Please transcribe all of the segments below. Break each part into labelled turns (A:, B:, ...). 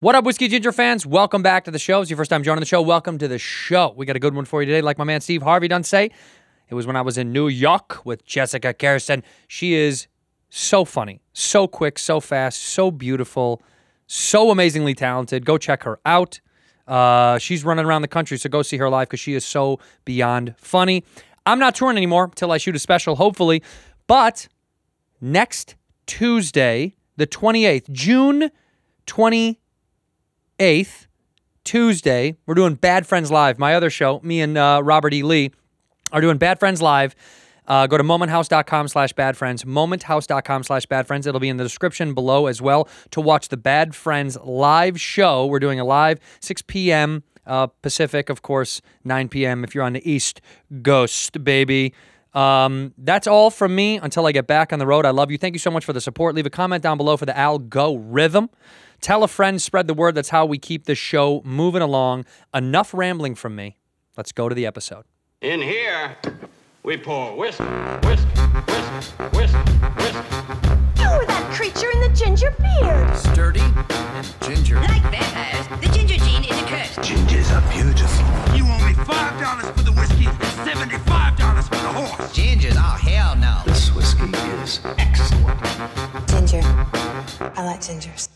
A: What up, Whiskey Ginger fans? Welcome back to the show. If it's your first time joining the show, welcome to the show. We got a good one for you today. Like my man Steve Harvey done say, it was when I was in New York with Jessica Kirsten. She is so funny, so quick, so fast, so beautiful, so amazingly talented. Go check her out. Uh, she's running around the country, so go see her live because she is so beyond funny. I'm not touring anymore till I shoot a special, hopefully, but next Tuesday, the 28th, June 28th. 8th, Tuesday, we're doing Bad Friends Live. My other show, me and uh, Robert E. Lee are doing Bad Friends Live. Uh, go to momenthouse.com slash bad friends, momenthouse.com slash bad friends. It'll be in the description below as well to watch the Bad Friends live show. We're doing a live 6 p.m. Uh, Pacific, of course, 9 p.m. if you're on the East Coast, baby. Um, that's all from me until I get back on the road. I love you. Thank you so much for the support. Leave a comment down below for the Al Go rhythm. Tell a friend, spread the word. That's how we keep this show moving along. Enough rambling from me. Let's go to the episode.
B: In here, we pour whisk, whisk, whisk, whisk, whisk.
C: You were that creature in the ginger beard.
D: sturdy and ginger.
E: Like vampires, the ginger gene is a curse.
F: Gingers are beautiful.
G: You owe me five dollars for the whiskey and seventy-five dollars for the horse.
D: Gingers? Oh, hell no.
F: This whiskey is excellent.
H: Ginger. I like gingers.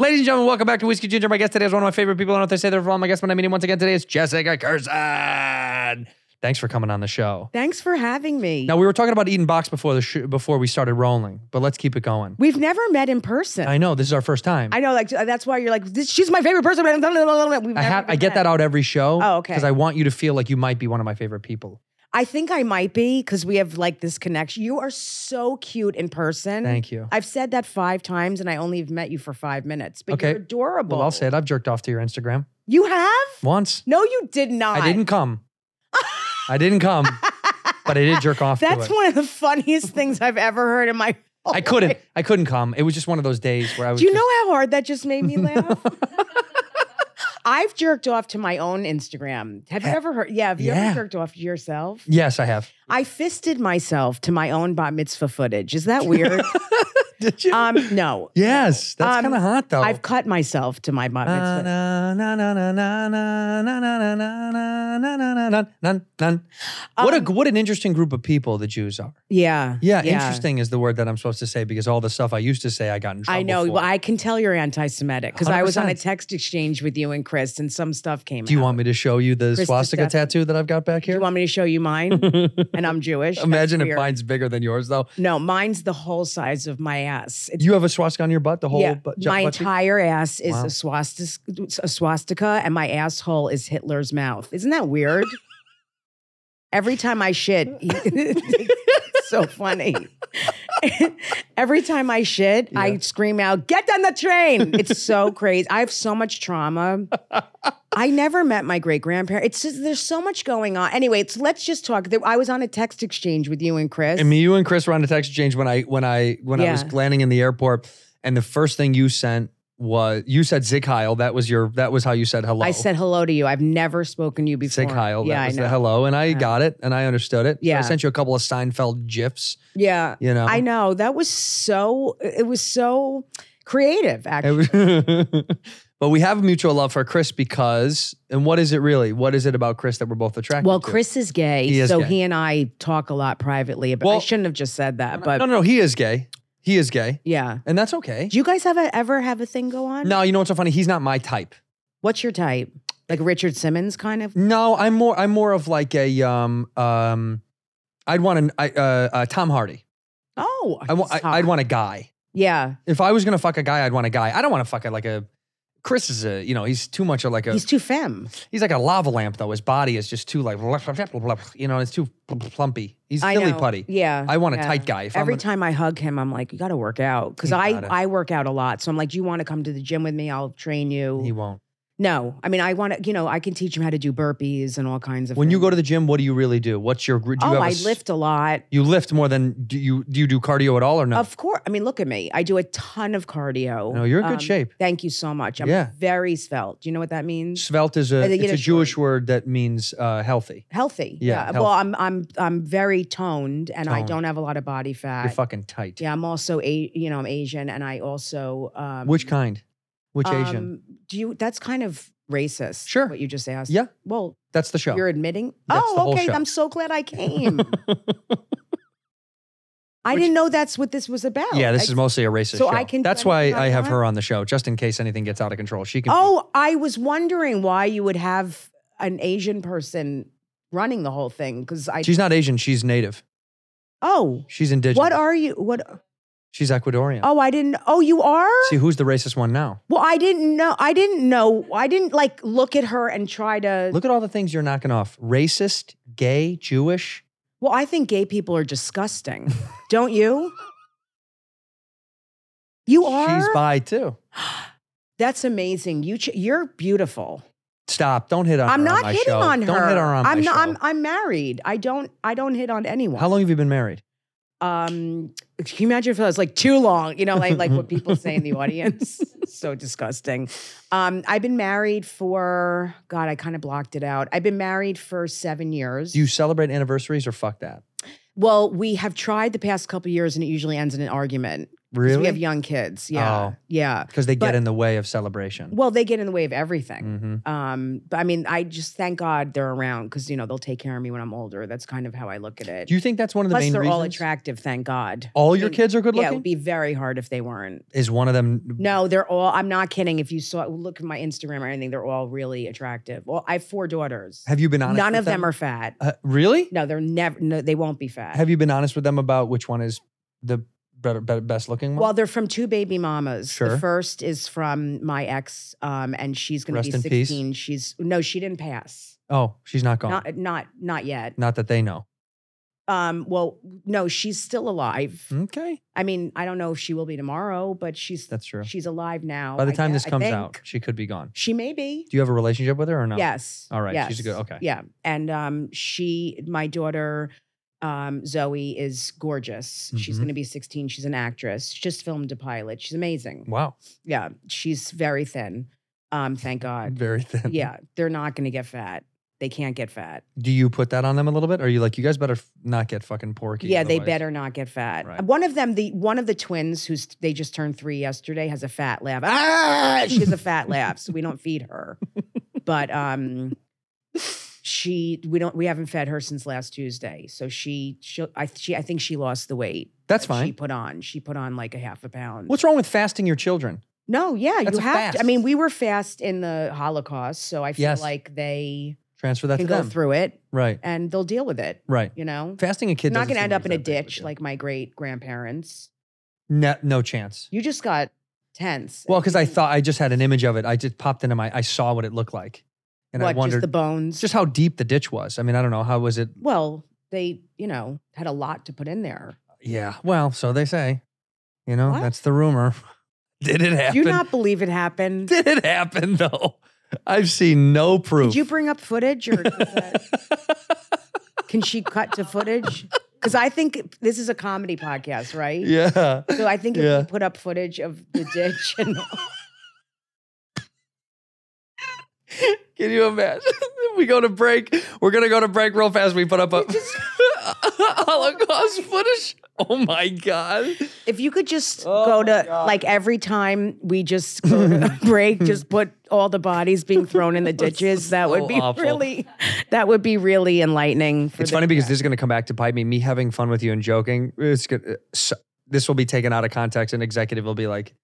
A: Ladies and gentlemen, welcome back to Whiskey Ginger. My guest today is one of my favorite people on earth. I say they're from my guest when I meet him once again today. It's Jessica Curzon. Thanks for coming on the show.
I: Thanks for having me.
A: Now we were talking about eating box before the sh- before we started rolling, but let's keep it going.
I: We've never met in person.
A: I
I: I,
A: know this is our first time.
I: know, like that's why you're like, this, she's my favorite person. We've never
A: I, ha- I
I: been
A: get
I: met.
A: that out every show.
I: Oh, okay.
A: Because I want you to feel like you might be one of my favorite people.
I: I think I might be because we have like this connection. You are so cute in person.
A: Thank you.
I: I've said that five times, and I only have met you for five minutes, but
A: Okay.
I: you're adorable.
A: Well, I'll say it. I've jerked off to your Instagram
I: You have?
A: once.
I: No, you did not.
A: I didn't come. I didn't come, but I did jerk off. to
I: That's
A: it.
I: one of the funniest things I've ever heard in my. whole
A: I couldn't.
I: life.
A: I couldn't come. It was just one of those days where I was.
I: Do you
A: just-
I: know how hard that just made me laugh? I've jerked off to my own Instagram. Have you ever heard? Yeah, have you
A: Yeah.
I: ever jerked off to yourself?
A: Yes, I have.
I: I fisted myself to my own bat mitzvah footage. Is that weird?
A: Did you?
I: um, no.
A: yes, that's
I: um,
A: kind of hot though. Uh,
I: I've cut myself to my bat
A: Na,
I: mitzvah.
A: na, na, na, na, na, na, na, na, na, na, na, na, na, na, na. What a what an interesting group of people the Jews are.
I: Um, Yeah.
A: Yeah, interesting is the word that I'm supposed to say because all the stuff I used to say I got in trouble.
I: I know.
A: For.
I: Well, I can tell you're anti-Semitic because I was on a
A: 100%.
I: text exchange with you and Chris, and some stuff came.
A: Do you
I: out.
A: want me to show you the
I: Krista
A: swastika
I: Stefan.
A: tattoo that I've got back
I: Do
A: here?
I: you want me to show you mine? and I'm Jewish. That's
A: Imagine if
I: weird.
A: mine's bigger than yours though.
I: No, mine's the whole size of my ass. It's
A: You have a swastika on your butt, the whole
I: yeah,
A: butt.
I: my
A: butt cheek?
I: entire ass is
A: Wow.
I: a swastika, a swastika, and my asshole is Hitler's mouth. Isn't that weird? Every time I shit, it's so funny. Every time I shit, I scream out, "Get on the train!" It's so crazy. I have so much trauma. I never met my great grandparents. It's just, there's so much going on. Anyway, it's, let's just talk. There- I was on a text exchange with you and Chris.
A: And me, you, and Chris were on a text exchange when I when I when I was
I: Yeah.
A: landing in the airport, and the first thing you sent was you said Zig Heil. That was your that was how you said hello.
I: I said hello to you. I've never spoken to you before.
A: Zig Heil.
I: Yeah,
A: that
I: I
A: was
I: know.
A: the hello, and I got it and I understood it. So I
I: Yeah.
A: sent you a couple of Seinfeld gifs.
I: Yeah.
A: You know,
I: I know. That was so it was so
A: It
I: creative actually.
A: was- but we have a mutual love for Chris because, and what is it really? What is it about Chris that we're both attracted?
I: well,
A: to?
I: Chris is gay,
A: He is
I: so
A: gay.
I: he and I talk a lot privately about I
A: Well-
I: shouldn't have just said that, but
A: no, no, no, he is gay. He is gay,
I: yeah.
A: and that's okay.
I: Do you guys have a, ever have a thing go on?
A: No, you know what's so funny? He's not my type.
I: What's your type? Like Richard Simmons kind of?
A: No, I'm more I'm more of like a um um I'd want an I, uh, uh Tom Hardy.
I: Oh.
A: I want
I: he's hot.
A: I'd want a guy.
I: Yeah.
A: If I was going to fuck a guy, I'd want a guy. I don't want to fuck a, like a Chris is a, you know, he's too much of like a
I: He's
A: he's,
I: too femme.
A: like a lava lamp though. His body is just too like you know, it's too plumpy. He's
I: I
A: silly
I: know.
A: putty.
I: Yeah.
A: I want a
I: yeah.
A: tight guy. If
I: Every
A: I'm gonna-
I: time I hug him, I'm like, you got to work out because
A: You
I: I,
A: gotta.
I: I work out a lot. So I'm like, do you want to come to the gym with me? I'll train you.
A: he won't.
I: No, I mean, I want to, you know, I can teach him how to do burpees and all kinds of.
A: When you
I: things.
A: go to the gym, what do you really do? What's your gr- do you
I: oh,
A: have a
I: I
A: s-
I: lift a lot.
A: You lift more than do you do you do cardio at all or no?
I: Of course, I mean, look at me. I do a ton of cardio. Um,
A: No, you're in good shape.
I: Thank you so much. I'm
A: Yeah.
I: very svelte. Do you know what that means?
A: Svelte is a
I: Uh, the
A: it's a
I: Yiddish
A: Jewish
I: word.
A: word that means uh, healthy.
I: Healthy.
A: Yeah, health-
I: Well, I'm I'm I'm very toned, and I
A: Toned.
I: don't have a lot of body fat.
A: You're fucking tight.
I: yeah, I'm also a you know I'm Asian, and I also um,
A: Which kind? Which Asian?
I: Um, do you? That's kind of racist.
A: Sure.
I: What you just asked.
A: Yeah.
I: Well,
A: That's the show.
I: you're admitting.
A: That's the
I: oh,
A: whole
I: okay.
A: show.
I: I'm so glad I came. I didn't know that's what this was about.
A: yeah, this
I: I-
A: is mostly a racist
I: So
A: show.
I: I can do
A: That's why
I: anything I
A: I have
I: want?
A: her on the show, just in case anything gets out of control. She can.
I: Oh, I was wondering why you would have an Asian person running the whole thing because I.
A: she's not Asian. She's native.
I: oh,
A: She's indigenous.
I: what are you? What?
A: She's Ecuadorian.
I: Oh, I didn't. Oh, you are.
A: See who's the racist one now?
I: well, I didn't know. I didn't know. I didn't like look at her and try to.
A: Look at all the things you're knocking off: racist, gay, Jewish.
I: Well, I think gay people are disgusting. Don't you? You are.
A: She's bi too.
I: That's amazing. You ch- you're beautiful.
A: Stop! Don't hit on.
I: I'm
A: her
I: not
A: on my
I: hitting
A: show.
I: on her.
A: Don't hit her on
I: I'm
A: my
I: not,
A: show.
I: I'm I'm married. I don't I don't hit on anyone.
A: How long have you been married?
I: Um, can you imagine if it was like too long? You know, like like what people say in the audience. so disgusting. Um, I've been married for God. I kind of blocked it out. I've been married for seven years.
A: Do you celebrate anniversaries or fuck that?
I: well, we have tried the past couple years, and it usually ends in an argument. 'Cause We have
A: Really?
I: young kids. Yeah.
A: Oh.
I: Yeah.
A: Because they get
I: but-
A: in the way of celebration.
I: Well, they get in the way of everything.
A: hmm
I: Um, but I mean, I just thank God they're around because you know they'll take care of me when I'm older. That's kind of how I look at it.
A: Do you think that's one of the
I: Plus,
A: main
I: they're
A: reasons?
I: all attractive. Thank God.
A: All your
I: mean,
A: kids are good
I: Yeah, it
A: looking.
I: would be very hard if they weren't.
A: Is one of them?
I: No, they're all. I'm not kidding. If you saw, look at my Instagram or anything, they're all really attractive. Well, I have four daughters.
A: Have you been honest?
I: None
A: with
I: of them, are fat.
A: Uh, really?
I: No, they're never. No, they won't be fat.
A: Have you been honest with them about which one is the better, better best looking one?
I: Well, they're from two baby mamas.
A: Sure.
I: The first is from my ex, um, and she's going
A: Rest
I: to be
A: in peace.
I: 16. She's no, she didn't pass.
A: oh, she's not gone. Not,
I: Not, not, not yet.
A: that they know.
I: Um, well, no, she's still alive.
A: Okay,
I: I mean, I don't know if she will be tomorrow, but she's
A: that's true.
I: she's alive now.
A: By the
I: I
A: time
I: gue-
A: this
I: I
A: comes
I: think.
A: out, she could be gone.
I: she may be.
A: Do you have a relationship with her or no?
I: Yes.
A: All right, she's a good-
I: yes,
A: okay.
I: Yeah, and um, she, my daughter, um, Zoe is gorgeous. She's
A: Mhm.
I: going to be 16. She's an actress. She just filmed a pilot. She's amazing.
A: Wow.
I: Yeah, she's very thin. Um, thank God.
A: Very thin.
I: yeah, they're not going to get fat. They can't get fat.
A: Do you put that on them a little bit? Or are you like, you guys better f- not get fucking porky?
I: Yeah, they
A: otherwise-
I: better not get fat.
A: Right.
I: One of them, the one of the twins who's they just turned three yesterday, has a fat laugh. Ah, she has a fat laugh, so we don't feed her. But um, she we don't we haven't fed her since last Tuesday. So she she I she I think she lost the weight.
A: That's
I: that She
A: fine.
I: put on she put on like a half a pound.
A: What's wrong with fasting your children?
I: no, yeah,
A: That's
I: you
A: a
I: have. To, I
A: fast.
I: mean, we were fast in the Holocaust, so I feel
A: Yes.
I: like they
A: Transfer that
I: can
A: to
I: go
A: them.
I: through it
A: Right.
I: and they'll deal with it.
A: Right.
I: You know,
A: Fasting a kid.
I: I'm not
A: doesn't
I: going to
A: seem
I: end
A: like
I: up in a
A: that big of
I: ditch
A: deal.
I: like my great grandparents.
A: no, no chance.
I: You just got tense.
A: Well, because I thought I just had an image of it. I just popped into my. I saw what it looked like, and
I: what,
A: I wondered
I: just the bones.
A: just how deep the ditch was. I mean, I don't know how was it.
I: well, they you know had a lot to put in there.
A: Yeah. Well, so they say. You know,
I: What?
A: that's the rumor. Did it happen?
I: Do you not believe it happened?
A: Did it happen though? I've seen no proof.
I: Did you bring up footage, or was that- can she cut to footage? Because I think this is a comedy podcast, right?
A: yeah.
I: So I think if
A: Yeah.
I: we put up footage of the ditch and
A: Can you imagine? we go to break. We're gonna go to break real fast. We put up a Holocaust footage. Oh my god.
I: if you could just
A: Oh
I: go
A: my
I: to
A: God.
I: like every time we just go to break, just put all the bodies being thrown in the ditches. That
A: so
I: would be
A: awful.
I: really, that would be really enlightening. For
A: It's
I: the-
A: funny because this is going to come back to bite me. Me having fun with you and joking. It's good. uh, So, this will be taken out of context, and executive will be like,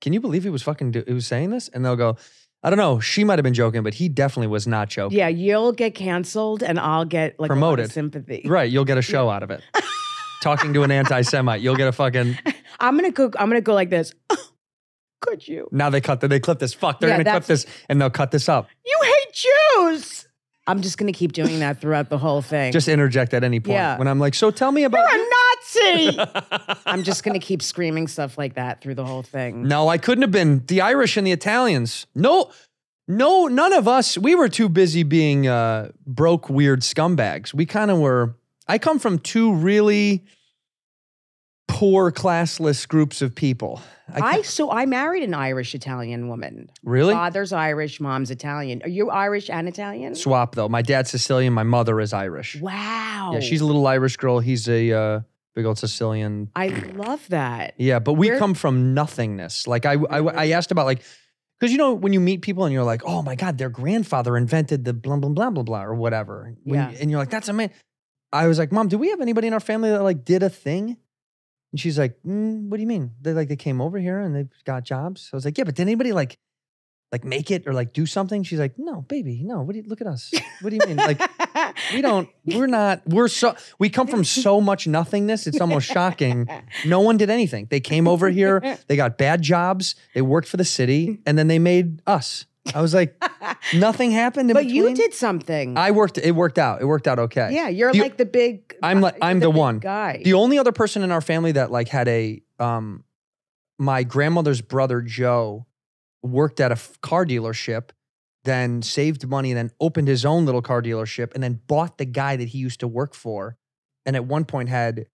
A: "Can you believe he was fucking? Do- he was saying this?" And they'll go, "I don't know. She might have been joking, but he definitely was not joking."
I: Yeah, you'll get canceled, and I'll get like a lot of
A: Promoted.
I: sympathy.
A: Right? You'll get a show out of it. Talking to an anti-Semite, you'll get a fucking.
I: I'm gonna go. I'm gonna go like this. Could you?
A: Now they cut. The, they clip this. Fuck. They're
I: Yeah,
A: going to clip
I: that's-
A: this, and they'll cut this up.
I: You hate Jews. I'm just gonna keep doing that throughout the whole thing.
A: Just interject at any point
I: Yeah.
A: when I'm like, "So tell me about."
I: You're a Nazi. I'm just gonna keep screaming stuff like that through the whole thing.
A: No, I couldn't have been the Irish and the Italians. No, no, none of us. We were too busy being uh, broke, weird scumbags. We kind of were. I come from two really poor, classless groups of people.
I: I
A: can't-
I: so I married an Irish Italian woman.
A: really
I: Father's Irish, mom's Italian. Are you Irish and Italian?
A: swap though. My dad's Sicilian. My mother is Irish.
I: Wow.
A: Yeah, she's a little Irish girl. He's a uh, big old Sicilian.
I: I love that.
A: Yeah, but we
I: Where-
A: come from nothingness. Like I, I, I asked about like Because you know, when you meet people and you're like, oh my God, their grandfather invented the blah, blah, blah, blah, blah, or whatever. When-
I: Yeah.
A: And you're like, that's amazing. I was like, Mom, do we have anybody in our family that like did a thing? And she's like, mm, what do you mean? They like, they came over here and they've got jobs. I was like, yeah, but did anybody like, like make it or like do something? She's like, no, baby, no. What do you, look at us. What do you mean? Like, we don't, we're not, we're so, we come from so much nothingness. It's almost shocking. No one did anything. They came over here, they got bad jobs, they worked for the city, and then they made us. I was like, nothing happened. In
I: but you
A: between.
I: did something.
A: I worked, it worked out. It worked out okay.
I: yeah, you're
A: The-
I: like the big. uh,
A: I'm like,
I: you're
A: I'm the,
I: big
A: one.
I: guy.
A: The only other person in our family that like had a, um, my grandmother's brother, Joe, worked at a f- car dealership, then saved money, then opened his own little car dealership, and then bought the guy that he used to work for. And at one point had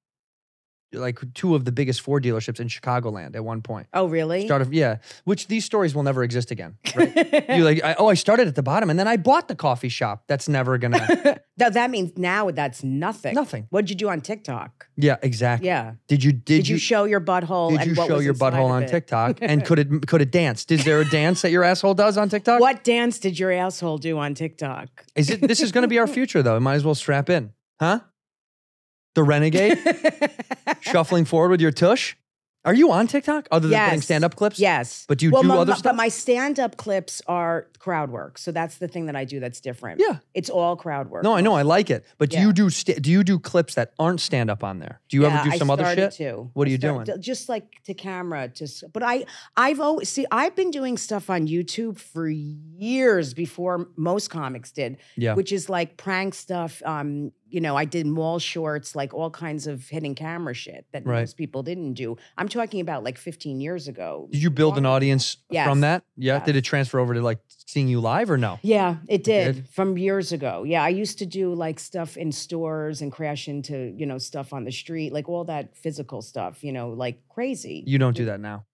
A: like two of the biggest Ford dealerships in Chicagoland at one point.
I: oh, really?
A: Started, yeah, which these stories will never exist again. Right? you like, I, oh, I started at the bottom and then I bought the coffee shop. That's never gonna,
I: Now, that means now that's nothing.
A: Nothing.
I: What'd you do on TikTok?
A: yeah, exactly.
I: Yeah.
A: Did you, did,
I: Did, you, show your butthole?
A: Did
I: and
A: you
I: what
A: show
I: was
A: your
I: inside
A: butthole
I: of
A: on
I: it?
A: TikTok? And could it could it dance? Is there a dance that your asshole does on TikTok?
I: What dance did your asshole do on TikTok?
A: is it? This is going to be our future, though. Might as well strap in, huh? The renegade shuffling forward with your tush. Are you on TikTok other than putting
I: Yes.
A: stand up clips?
I: Yes.
A: But do you do
I: my,
A: other
I: my-
A: stuff?
I: But my stand up clips are crowd work. So that's the thing that I do that's different.
A: Yeah.
I: It's all crowd work.
A: No, I know I like it, but do
I: Yeah.
A: you do sta do you do clips that aren't stand up on there? Do you ever do some other shit?
I: Too.
A: What are you doing?
I: Just like to camera, just but I I've always see I've been doing stuff on YouTube for years before most comics did,
A: Yeah.
I: which is like prank stuff. Um, you know, I did mall shorts, like all kinds of hidden camera shit that
A: Right.
I: most people didn't do. I'm talking about like 15 years ago.
A: Did you build an audience
I: Yes.
A: from that? Yeah.
I: Yes.
A: Did it transfer over to like seeing you live or no?
I: Yeah, it did,
A: did?
I: from years ago. Yeah, I used to do like stuff in stores and crash into, you know, stuff on the street, like all that physical stuff, you know, like crazy.
A: You don't do that now.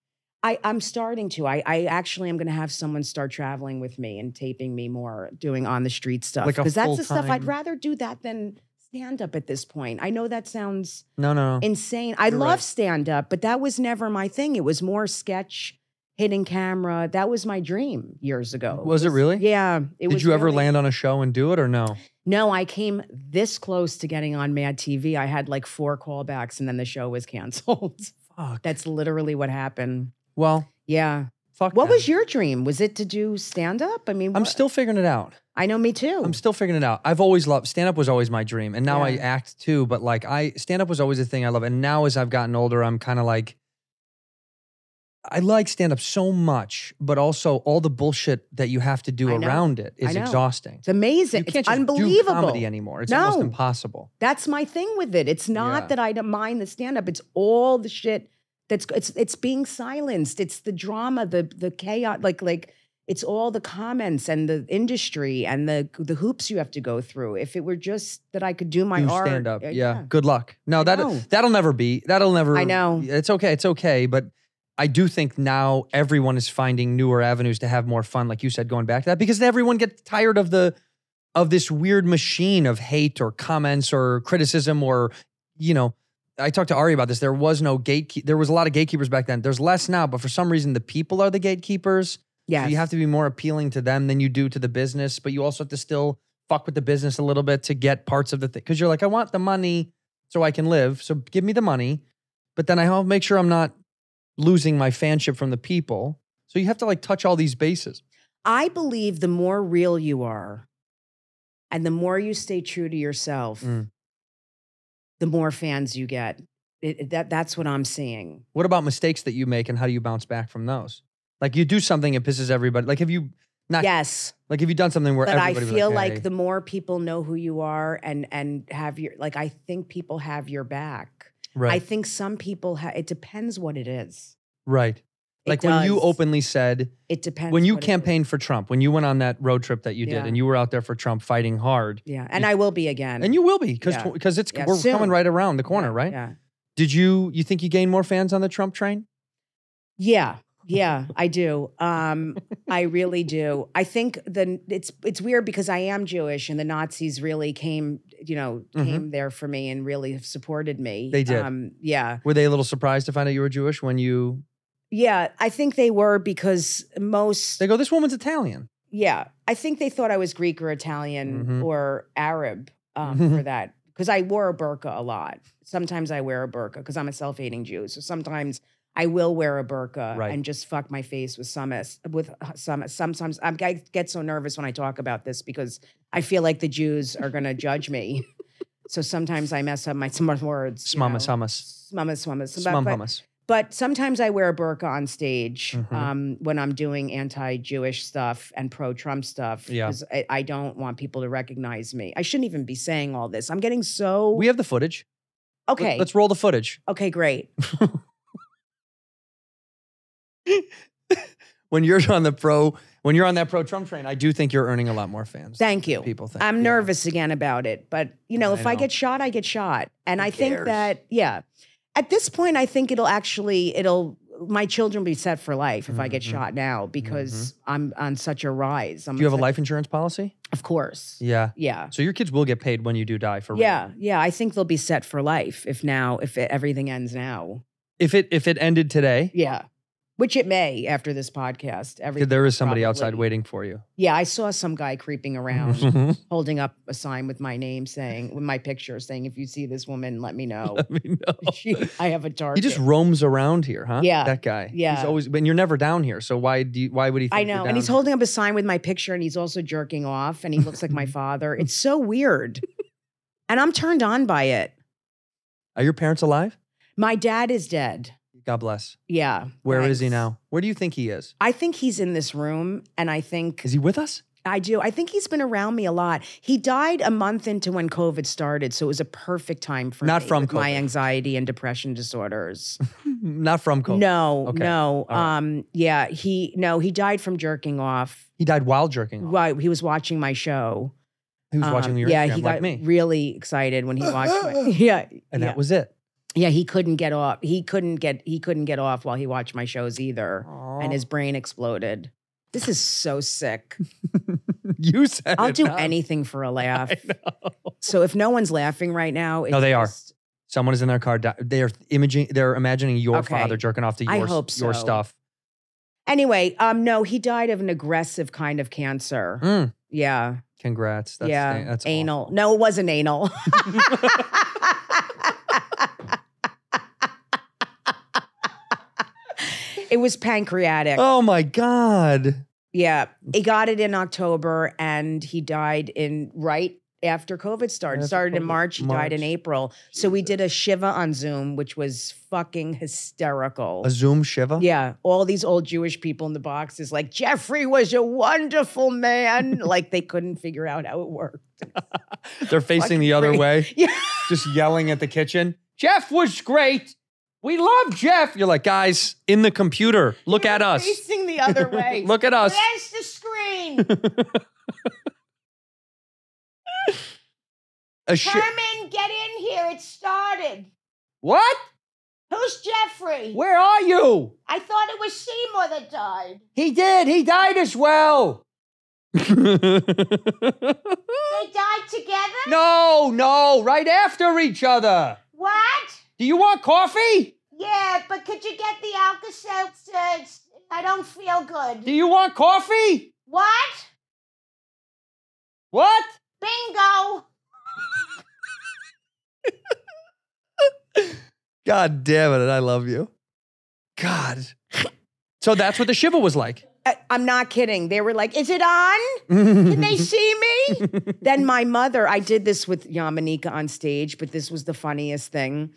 I: I, I'm starting to. I, I actually am going to have someone start traveling with me and taping me more, doing on the street stuff.
A: Like a
I: Because that's the stuff I'd
A: full-time-
I: rather do that than stand up at this point. I know that sounds
A: No, no, no.
I: insane. I
A: You're
I: love
A: right.
I: stand up, but that was never my thing. It was more sketch, hidden camera. That was my dream years ago.
A: Was it really?
I: Yeah. It
A: Did
I: was
A: you ever
I: really-
A: land on a show and do it or no?
I: No, I came this close to getting on Mad TV. I had like four callbacks and then the show was canceled.
A: Fuck.
I: that's literally what happened.
A: Well,
I: Yeah.
A: fuck.
I: What
A: them.
I: was your dream? Was it to do stand up? I mean,
A: I'm
I: wha-
A: still figuring it out.
I: I know me too.
A: I'm still figuring it out. I've always loved stand up was always my dream, and now I
I: Yeah.
A: act too. But like I stand up was always a thing I love, and now as I've gotten older, I'm kind of like I like stand up so much, but also all the bullshit that you have to do
I: I know.
A: around it is
I: I know.
A: exhausting.
I: it's amazing.
A: You can't
I: it's
A: just do
I: unbelievable.
A: comedy anymore. It's almost
I: No.
A: impossible.
I: That's my thing with it. It's not
A: Yeah.
I: that I don't mind the stand up. It's all the shit that's it's it's being silenced. It's the drama, the the chaos, like like it's all the comments and the industry and the the hoops you have to go through. If it were just that I could do my
A: do
I: art,
A: stand up.
I: uh,
A: Yeah. Good luck. No, that
I: know.
A: that'll never be. That'll never.
I: I know.
A: It's okay. It's okay. But I do think now everyone is finding newer avenues to have more fun, like you said, going back to that because everyone gets tired of the of this weird machine of hate or comments or criticism or you know. I talked to Ari about this. There was no gatekeep. There was a lot of gatekeepers back then. There's less now, but for some reason, the people are the gatekeepers. So
I: Yes.
A: you have to be more appealing to them than you do to the business, but you also have to still fuck with the business a little bit to get parts of the thing. Cause you're like, I want the money so I can live. So give me the money. But then I'll make sure I'm not losing my fanship from the people. So you have to like touch all these bases.
I: I believe the more real you are and the more you stay true to yourself,
A: Mm.
I: the more fans you get. It, it- that, that's what I'm seeing.
A: What about mistakes that you make and how do you bounce back from those? Like you do something, it pisses everybody. Like have you not
I: yes.
A: like have you done something where
I: But I
A: everybody was
I: feel
A: like,
I: like,
A: "Hey."
I: the more people know who you are and and have your like I think people have your back.
A: right.
I: I think some people ha- it depends what it is.
A: right.
I: It
A: Like when you
I: does.
A: openly said,
I: it depends
A: when you
I: what it is.
A: campaigned for Trump, when you went on that road trip that you did,
I: Yeah.
A: and you were out there for Trump fighting hard,
I: Yeah, and I will be again.
A: and you will be because
I: Yeah.
A: because it's
I: Yeah,
A: we're
I: soon.
A: coming right around the corner,
I: Yeah,
A: right?
I: Yeah.
A: Did you you think you gained more fans on the Trump train?
I: Yeah. Yeah, I do. Um, I really do. I think the it's it's weird because I am Jewish and the Nazis really came, you know,
A: Mhm.
I: came there for me and really have supported me.
A: They did.
I: Um, yeah.
A: Were they a little surprised to find out you were Jewish when you
I: Yeah, I think they were because most
A: They go, this woman's Italian.
I: yeah, I think they thought I was Greek or Italian
A: Mhm.
I: or Arab um, for that because I wore a burqa a lot. Sometimes I wear a burqa because I'm a self-hating Jew, so sometimes I will wear a burqa
A: Right.
I: and just fuck my face with some with uh, some sometimes I'm, I get so nervous when I talk about this because I feel like the Jews are going to judge me. So sometimes I mess up my some words. you
A: Smamas
I: know.
A: hummus.
I: Smamas, smamas, but-
A: Smum
I: but-
A: hummus.
I: but sometimes I wear a burqa on stage
A: Mhm.
I: um, when I'm doing anti-Jewish stuff and pro-Trump stuff
A: Yeah.
I: I, I don't want people to recognize me. I shouldn't even be saying all this. I'm getting so
A: We have the footage. Let-
I: okay.
A: Let's roll the footage.
I: okay, great.
A: When you're on the pro, when you're on that pro Trump train, I do think you're earning a lot more fans.
I: Thank you.
A: People think
I: I'm
A: yeah.
I: nervous again about it, but you know,
A: I
I: if I
A: know.
I: get shot, I get shot, and
A: Who
I: I think
A: cares?
I: that yeah. At this point, I think it'll actually it'll my children will be set for life if I get
A: Mhm.
I: shot now because I'm on such a rise. I'm
A: Do you have a
I: such-
A: life insurance policy?
I: Of course.
A: Yeah.
I: yeah.
A: So your kids will get paid when you do die for real.
I: Yeah, yeah. I think they'll be set for life if now if it, everything ends now.
A: If it if it ended today,
I: Yeah, which it may after this podcast. Every
A: there is somebody outside
I: probably-
A: waiting for you.
I: Yeah, I saw some guy creeping around, holding up a sign with my name saying, with my picture saying, "If you see this woman, let me know.
A: I mean, no.
I: she, I have a target."
A: He just roams around here, huh?
I: Yeah.
A: That guy. He's
I: Yeah.
A: always and you're never down here. So why do you, why would he think
I: I
A: you're
I: know, and he's
A: down
I: holding up a sign with my picture, and he's also jerking off, and he looks like my father. It's so weird, and I'm turned on by it.
A: Are your parents alive?
I: My dad is dead.
A: God bless.
I: Yeah,
A: Where is he
I: thanks.
A: now? Where do you think he is?
I: I think he's in this room, and I think
A: Is he with us?
I: I do. I think he's been around me a lot. He died a month into when COVID started, so it was a perfect time for
A: Not
I: me
A: from
I: with my
A: COVID.
I: anxiety and depression disorders.
A: Hmm, Not from COVID.
I: No,
A: Okay.
I: no,
A: right.
I: um, yeah, he no, he died from jerking off.
A: He died while jerking off.
I: While he was watching my show,
A: He was watching
I: Um,
A: your
I: yeah,
A: Instagram
I: he
A: like
I: got
A: me.
I: really excited when he watched. my, yeah,
A: and
I: yeah.
A: that was it.
I: yeah, he couldn't get off. He couldn't get. He couldn't get off while he watched my shows either, and his brain exploded. This is so sick.
A: you said
I: I'll
A: it,
I: do
A: not-
I: anything for a laugh. So if no one's laughing right now, it's
A: they are.
I: just-
A: Someone is in their car. Di- they are imaging. They're imagining your
I: Okay.
A: father jerking off to your
I: I hope
A: your
I: so.
A: stuff.
I: Anyway, um, no, he died of an aggressive kind of cancer.
A: Mm,
I: Yeah,
A: congrats. That's,
I: yeah,
A: That's awful.
I: anal. No, it wasn't anal. it was pancreatic.
A: Oh my god.
I: Yeah, he got it in October, and he died in right after COVID started.
A: After
I: started in
A: COVID.
I: March. He died in
A: March.
I: April. So we did a shiva on Zoom, which was fucking hysterical.
A: A Zoom shiva.
I: Yeah, all these old Jewish people in the box is like Jeffrey was a wonderful man. like they couldn't figure out how it worked.
A: They're facing the other
I: great.
A: way.
I: Yeah.
A: Just yelling at the kitchen. Jeff was great. We love Jeff. You're like, guys, in the computer. Look at us.
I: facing the other way.
A: Look at us.
I: That's the screen.
A: A shi-
C: Herman, get in here. It started.
A: what?
C: Who's Jeffrey?
A: Where are you?
C: I thought it was Seymour that died.
A: He did. He died as well.
C: They died together?
A: no, no, right after each other.
C: What?
A: Do you want coffee?
C: Yeah, but could you get the Alka Seltzer? I don't feel good.
A: Do you want coffee?
C: What?
A: What?
C: Bingo!
A: God damn it. I love you. God. So that's what the Shiva was like.
I: I- I'm not kidding. They were like, "Is it on? Can they see me?" then my mother, I did this with Yamanika on stage, but this was the funniest thing.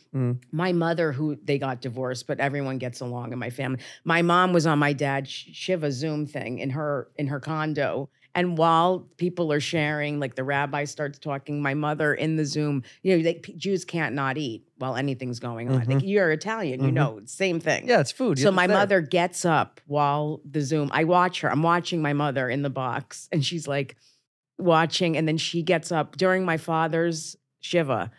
I: My mother, who they got divorced, but everyone gets along in my family. My mom was on my dad's sh- Shiva Zoom thing in her in her condo. And while people are sharing, like the rabbi starts talking, my mother in the Zoom, you know, they, Jews can't not eat while anything's going on. Like, you're Italian, you know, same thing.
A: Yeah, it's food.
I: So
A: It's
I: my
A: there.
I: mother gets up while the Zoom. I watch her. I'm watching my mother in the box, and she's like watching, and then she gets up during my father's shiva,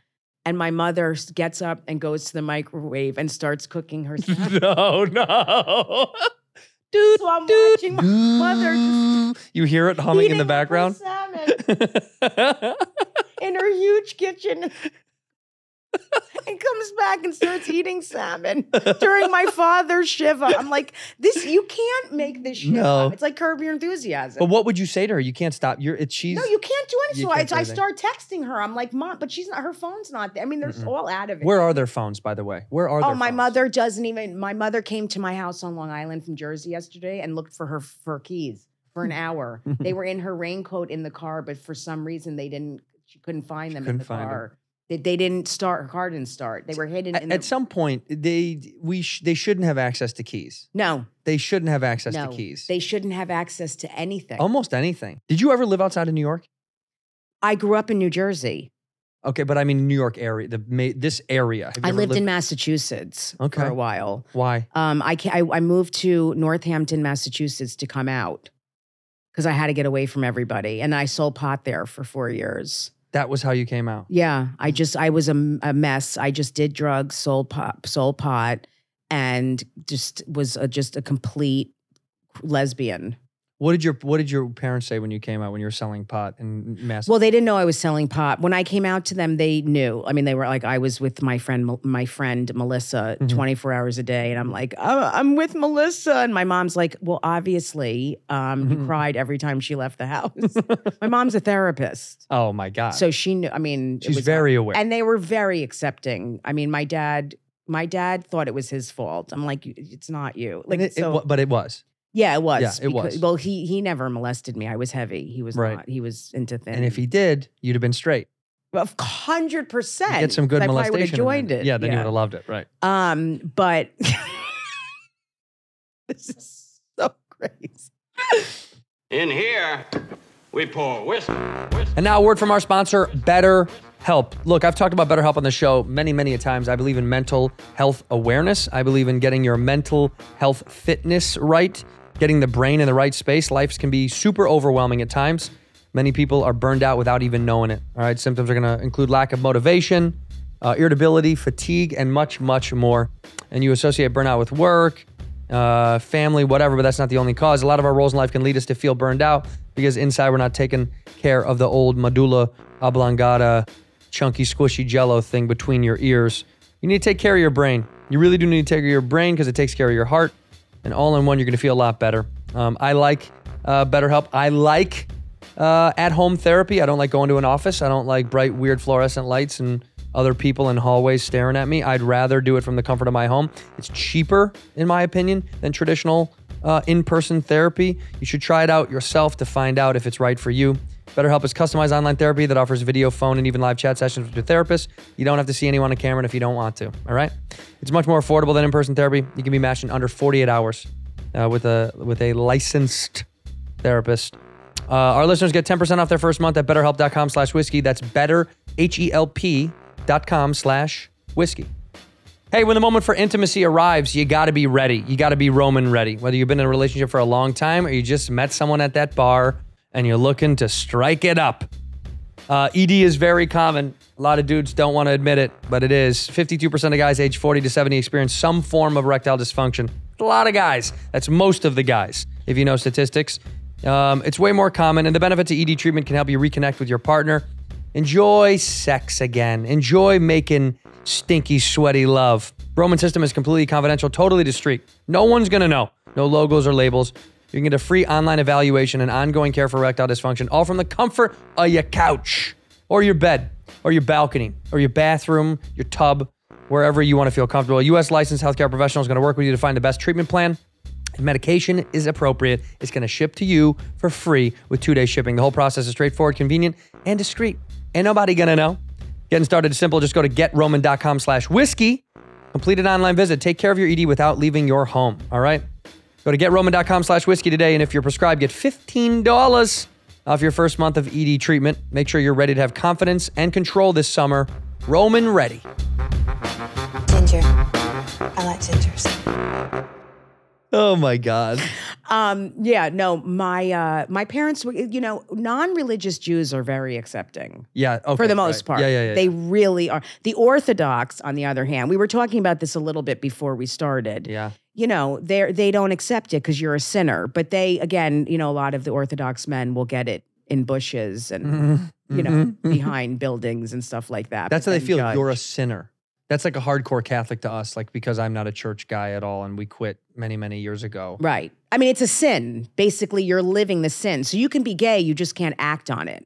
I: and my mother s- gets up and goes to the microwave and starts cooking her. salad.
A: No, no. Dude,
I: so I'm
A: dude.
I: watching my mother just
A: You hear it humming in
I: eating
A: the
I: up her
A: background?
I: salmon in her huge kitchen. and comes back and starts eating salmon during my father's shiva. I'm like, this you can't make this shit
A: No.
I: up. It's like curb your enthusiasm.
A: But what would you say to her? You can't stop. You're it's she's
I: no, you can't do anything.
A: You
I: So I,
A: can't
I: so
A: do
I: I
A: anything.
I: start texting her. I'm like, mom, but she's not. Her phone's not there. I mean, they're all out of it.
A: where are their phones, by the way? Where are their
I: Oh, my
A: phones?
I: mother doesn't even. My mother came to my house on Long Island from Jersey yesterday and looked for her for her keys for an hour. they were in her raincoat in the car, but for some reason they didn't. She couldn't find them in
A: couldn't
I: the
A: find 'em.
I: car. They, they didn't start. Her car didn't start. They were hidden. in
A: at,
I: the,
A: at some point they we sh- they shouldn't have access to keys.
I: no,
A: They shouldn't have access
I: no,
A: to keys. Um,
I: they shouldn't have access to anything.
A: Almost anything. Did you ever live outside of New York?
I: I grew up in New Jersey.
A: Okay, but I mean New York area, the ma- this area. Have you
I: I
A: ever
I: lived in Massachusetts
A: Okay.
I: for a while.
A: Why?
I: Um, I, ca- I I moved to Northampton, Massachusetts to come out because I had to get away from everybody, and I sold pot there for four years.
A: That was how you came out.
I: Yeah, I just I was a, m- a mess. I just did drugs, sold pot, sold pot, and just was a, just a complete lesbian.
A: What did your What did your parents say when you came out when you were selling pot in Massachusetts?
I: Well, they didn't know I was selling pot. When I came out to them, they knew. I mean, they were like, I was with my friend, Mel- my friend Melissa,
A: Mhm.
I: 24 hours a day, and I'm like, oh, I'm with Melissa, and my mom's like, Well, obviously, um, you
A: Mhm.
I: cried every time she left the house. my mom's a therapist,
A: oh my god!
I: so she knew. I mean, it
A: she's
I: was-
A: very aware.
I: and they were very accepting. I mean, my dad. My dad thought it was his fault. I'm like, it's not you. Like,
A: And it- it
I: so,
A: wa- but it was,
I: yeah, it was.
A: Yeah, it was.
I: Well, he he never molested me. I was heavy. He was
A: Right.
I: not. He was into thin.
A: and if he did, you'd have been straight.
I: Of hundred percent.
A: Get some good
I: I probably would have
A: molestation. in there.
I: joined it.
A: Yeah, then you would have loved it, right?
I: Um, but this is so crazy.
B: In here, we pour whiskey, whiskey.
A: And now, a word from our sponsor, BetterHelp. Look, I've talked about BetterHelp on the show many, many a times. I believe in mental health awareness. I believe in getting your mental health fitness right, getting the brain in the right space. Life can be super overwhelming at times. Many people are burned out without even knowing it. All right, symptoms are going to include lack of motivation, uh, irritability, fatigue, and much, much more. And you associate burnout with work, uh, family, whatever, but that's not the only cause. A lot of our roles in life can lead us to feel burned out because inside we're not taking care of the old medulla oblongata, chunky, squishy jello thing between your ears. You need to take care of your brain. You really do need to take care of your brain because it takes care of your heart. And all in one, you're going to feel a lot better. Um, I like uh, BetterHelp. I like uh, at home therapy. I don't like going to an office. I don't like bright, weird fluorescent lights and other people in hallways staring at me. I'd rather do it from the comfort of my home. It's cheaper, in my opinion, than traditional uh, in person therapy. You should try it out yourself to find out if it's right for you. BetterHelp is customized online therapy that offers video, phone, and even live chat sessions with your therapist. You don't have to see anyone on camera if you don't want to. All right? It's much more affordable than in person therapy. You can be matched in under 48 hours uh, with a with a licensed therapist. Uh, our listeners get 10% off their first month at betterhelp.com slash whiskey. That's better, H-E-L-P dot com slash whiskey. Hey, when the moment for intimacy arrives, you got to be ready. You got to be Roman ready. Whether you've been in a relationship for a long time or you just met someone at that bar and you're looking to strike it up. Uh, ED is very common. A lot of dudes don't want to admit it, but it is. 52% of guys age 40 to 70 experience some form of erectile dysfunction. A lot of guys. That's most of the guys, if you know statistics. Um, it's way more common, and the benefits of ED treatment can help you reconnect with your partner. Enjoy sex again. Enjoy making stinky, sweaty love. Roman System is completely confidential, totally discreet. No one's going to know. No logos or labels. You can get a free online evaluation and ongoing care for erectile dysfunction, all from the comfort of your couch or your bed or your balcony or your bathroom, your tub, wherever you want to feel comfortable. A U.S. licensed healthcare professional is going to work with you to find the best treatment plan. If medication is appropriate, it's going to ship to you for free with two day shipping. The whole process is straightforward, convenient, and discreet. Ain't nobody going to know. Getting started is simple. Just go to getroman.com slash whiskey. Complete an online visit. Take care of your ED without leaving your home. All right? Go to getroman.com slash whiskey today, and if you're prescribed, get $15 off your first month of ED treatment. Make sure you're ready to have confidence and control this summer. Roman ready.
H: Ginger. I like gingers.
A: Oh my God.
I: Um, Yeah, no, my uh my parents were you know, non-religious Jews are very accepting.
A: Yeah. Okay,
I: for the most
A: right.
I: part.
A: Yeah, yeah, yeah.
I: They
A: yeah.
I: really are. The Orthodox, on the other hand, we were talking about this a little bit before we started.
A: Yeah.
I: You know, they they don't accept it because you're a
A: Mm-hmm.
I: sinner. But they, again, you know, a lot of the Orthodox men will get it in bushes and you know, behind buildings and stuff like that.
A: That's how
I: but
A: they
I: then
A: feel.
I: judge.
A: You're a sinner. That's like a hardcore Catholic to us, like because I'm not a church guy at all, and we quit many, many years ago.
I: Right. I mean, it's a sin. Basically, you're living the sin. So you can be gay, you just can't act on it.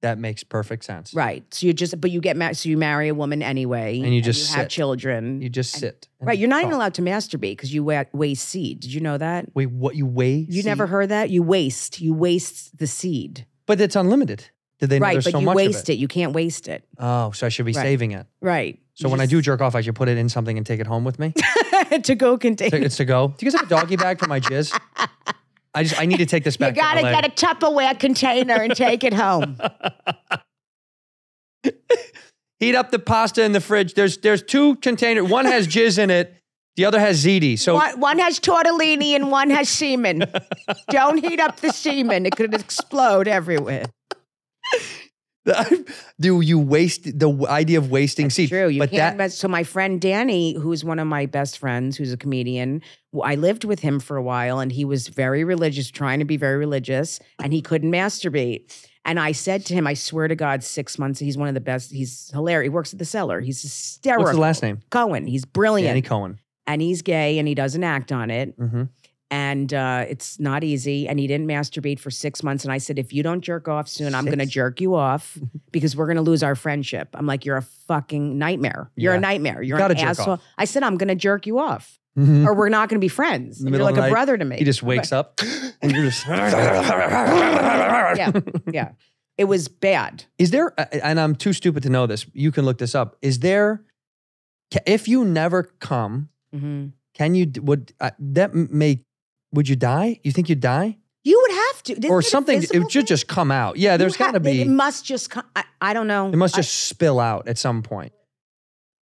A: That makes perfect sense.
I: Right. So you just, but you get married, so you marry a woman anyway.
A: And you just
I: have
A: sit.
I: children.
A: You just sit. and
I: right. You're not even
A: talk.
I: allowed to masturbate because you wa- waste seed. Did you know that?
A: Wait, what you weigh?
I: You never heard that? You waste. You waste the seed.
A: But it's unlimited. Did they know
I: right.
A: there's
I: But
A: so
I: you
A: much
I: waste
A: of
I: it.
A: it?
I: You can't waste it.
A: Oh, so I should be
I: Right.
A: saving it.
I: Right.
A: So when I do jerk off, I should put it in something and take it home with me.
I: do to go
A: So
I: container,
A: it's to go. Do you guys have a doggy bag for my jizz? I just I need to take this
C: You
A: back.
C: gotta
A: LA.
C: get a Tupperware container and take it home.
A: Heat up the pasta in the fridge. There's there's two containers. One has jizz in it. The other has ziti. So
C: One, one has tortellini and one has semen. Don't heat up the semen; it could explode everywhere.
A: do you waste the w- idea of wasting seed?
I: True. You
A: but
I: can't.
A: that
I: mess so my friend Danny, who's one of my best friends, who's a comedian, wh- I lived with him for a while, and he was very religious, trying to be very religious, and he couldn't masturbate. And I said to him, I swear to God, six months. He's one of the best. He's hilarious. He works at the cellar. He's hysterical.
A: what's the last name?
I: Cohen. He's brilliant,
A: Danny Cohen.
I: and he's gay, and he doesn't act on it.
A: hmm
I: and uh, it's not easy. And he didn't masturbate for six months. And I said, if you don't jerk off soon, i I'm going to jerk you off because we're going to lose our friendship. I'm like, you're a fucking nightmare. You're
A: Yeah.
I: a nightmare. You're
A: gotta
I: an
A: jerk
I: asshole.
A: off.
I: I said, I'm going to jerk you off,
A: Mhm.
I: or we're not going to be friends.
A: the
I: You're
A: middle of
I: like
A: the
I: a
A: night,
I: brother to me.
A: He just wakes up and you're just.
I: yeah, yeah. It was bad.
A: Is there? uh, And I'm too stupid to know this. You can look this up. Is there? ca- If you never come,
I: Mhm.
A: can you? d- Would uh, that m- may? Would you die? You think you'd die
I: You would have to, Isn't
A: or
I: it a
A: something? It
I: physical
A: should
I: thing?
A: just come out. Yeah,
I: You
A: there's
I: ha-
A: got to be.
I: It must just come. I, I don't know.
A: It must
I: I-
A: just spill out at some point.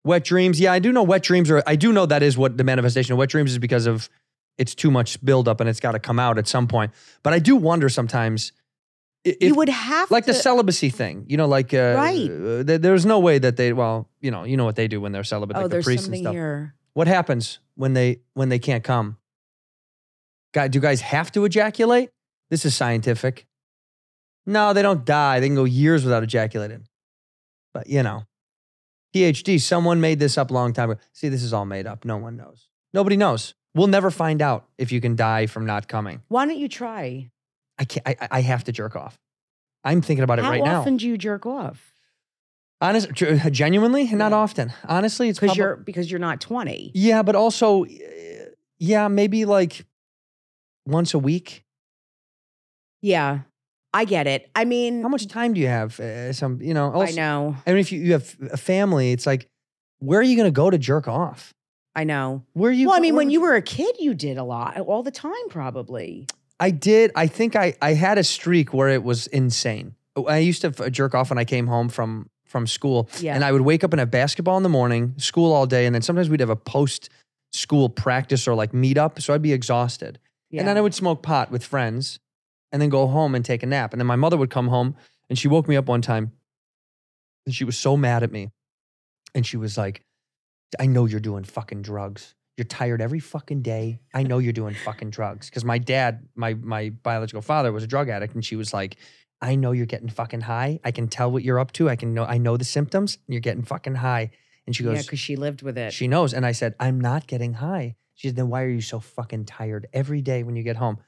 A: Wet dreams. Yeah, I do know wet dreams are I do know that is what the manifestation of wet dreams is because of it's too much buildup and it's got to come out at some point. But I do wonder sometimes i- if
I: you would have
A: like
I: to,
A: the celibacy thing, you know, like uh,
I: Right.
A: uh, there- there's no way that they well, you know, you know what they do when they're celibate,
I: Oh,
A: like the
I: there's
A: priests and
I: something
A: stuff.
I: here.
A: What happens when they when they can't come? Guy, do guys have to ejaculate? This is scientific. No, they don't die. They can go years without ejaculating. But you know, PhD. Someone made this up a long time ago. See, this is all made up. No one knows. Nobody knows. We'll never find out if you can die from not coming.
I: Why don't you try?
A: I can't. I, I- I have to jerk off. I'm thinking about it
I: How
A: right
I: often
A: now.
I: do you jerk off?
A: Honest, tr- genuinely, not
I: Yeah.
A: often. Honestly, it's
I: because
A: probably-
I: you're because you're not 20
A: Yeah, but also, uh, yeah, maybe like once a week.
I: yeah i get it i mean
A: How much time do you have? Uh, some, you know.
I: Mm-hmm. i
A: also-
I: know
A: I mean, if you, you have a family, it's like, where are you going to go to jerk off?
I: i know
A: Where you?
I: well i mean
A: where-
I: when you were a kid you did a lot all the time probably
A: I did. I think I I had a streak where it was insane. Oh, I used to f- jerk off when I came home from from school,
I: Yeah.
A: and I would wake up and have basketball in the morning, school all day, and then sometimes we'd have a post school practice or like meetup, so I'd be exhausted.
I: yeah.
A: And then I would smoke pot with friends and then go home and take a nap. And then my mother would come home and she woke me up one time and she was so mad at me. And she was like, I know you're doing fucking drugs. You're tired every fucking day. I know you're doing fucking drugs. Cause my dad, my, my biological father was a drug addict. And she was like, I know you're getting fucking high. I can tell what you're up to. I can know, I know the symptoms. You're getting fucking high. And she
I: yeah
A: goes,
I: because she lived with it
A: she knows. And I said, I'm not getting high. She said, then why are you so fucking tired every day when you get home?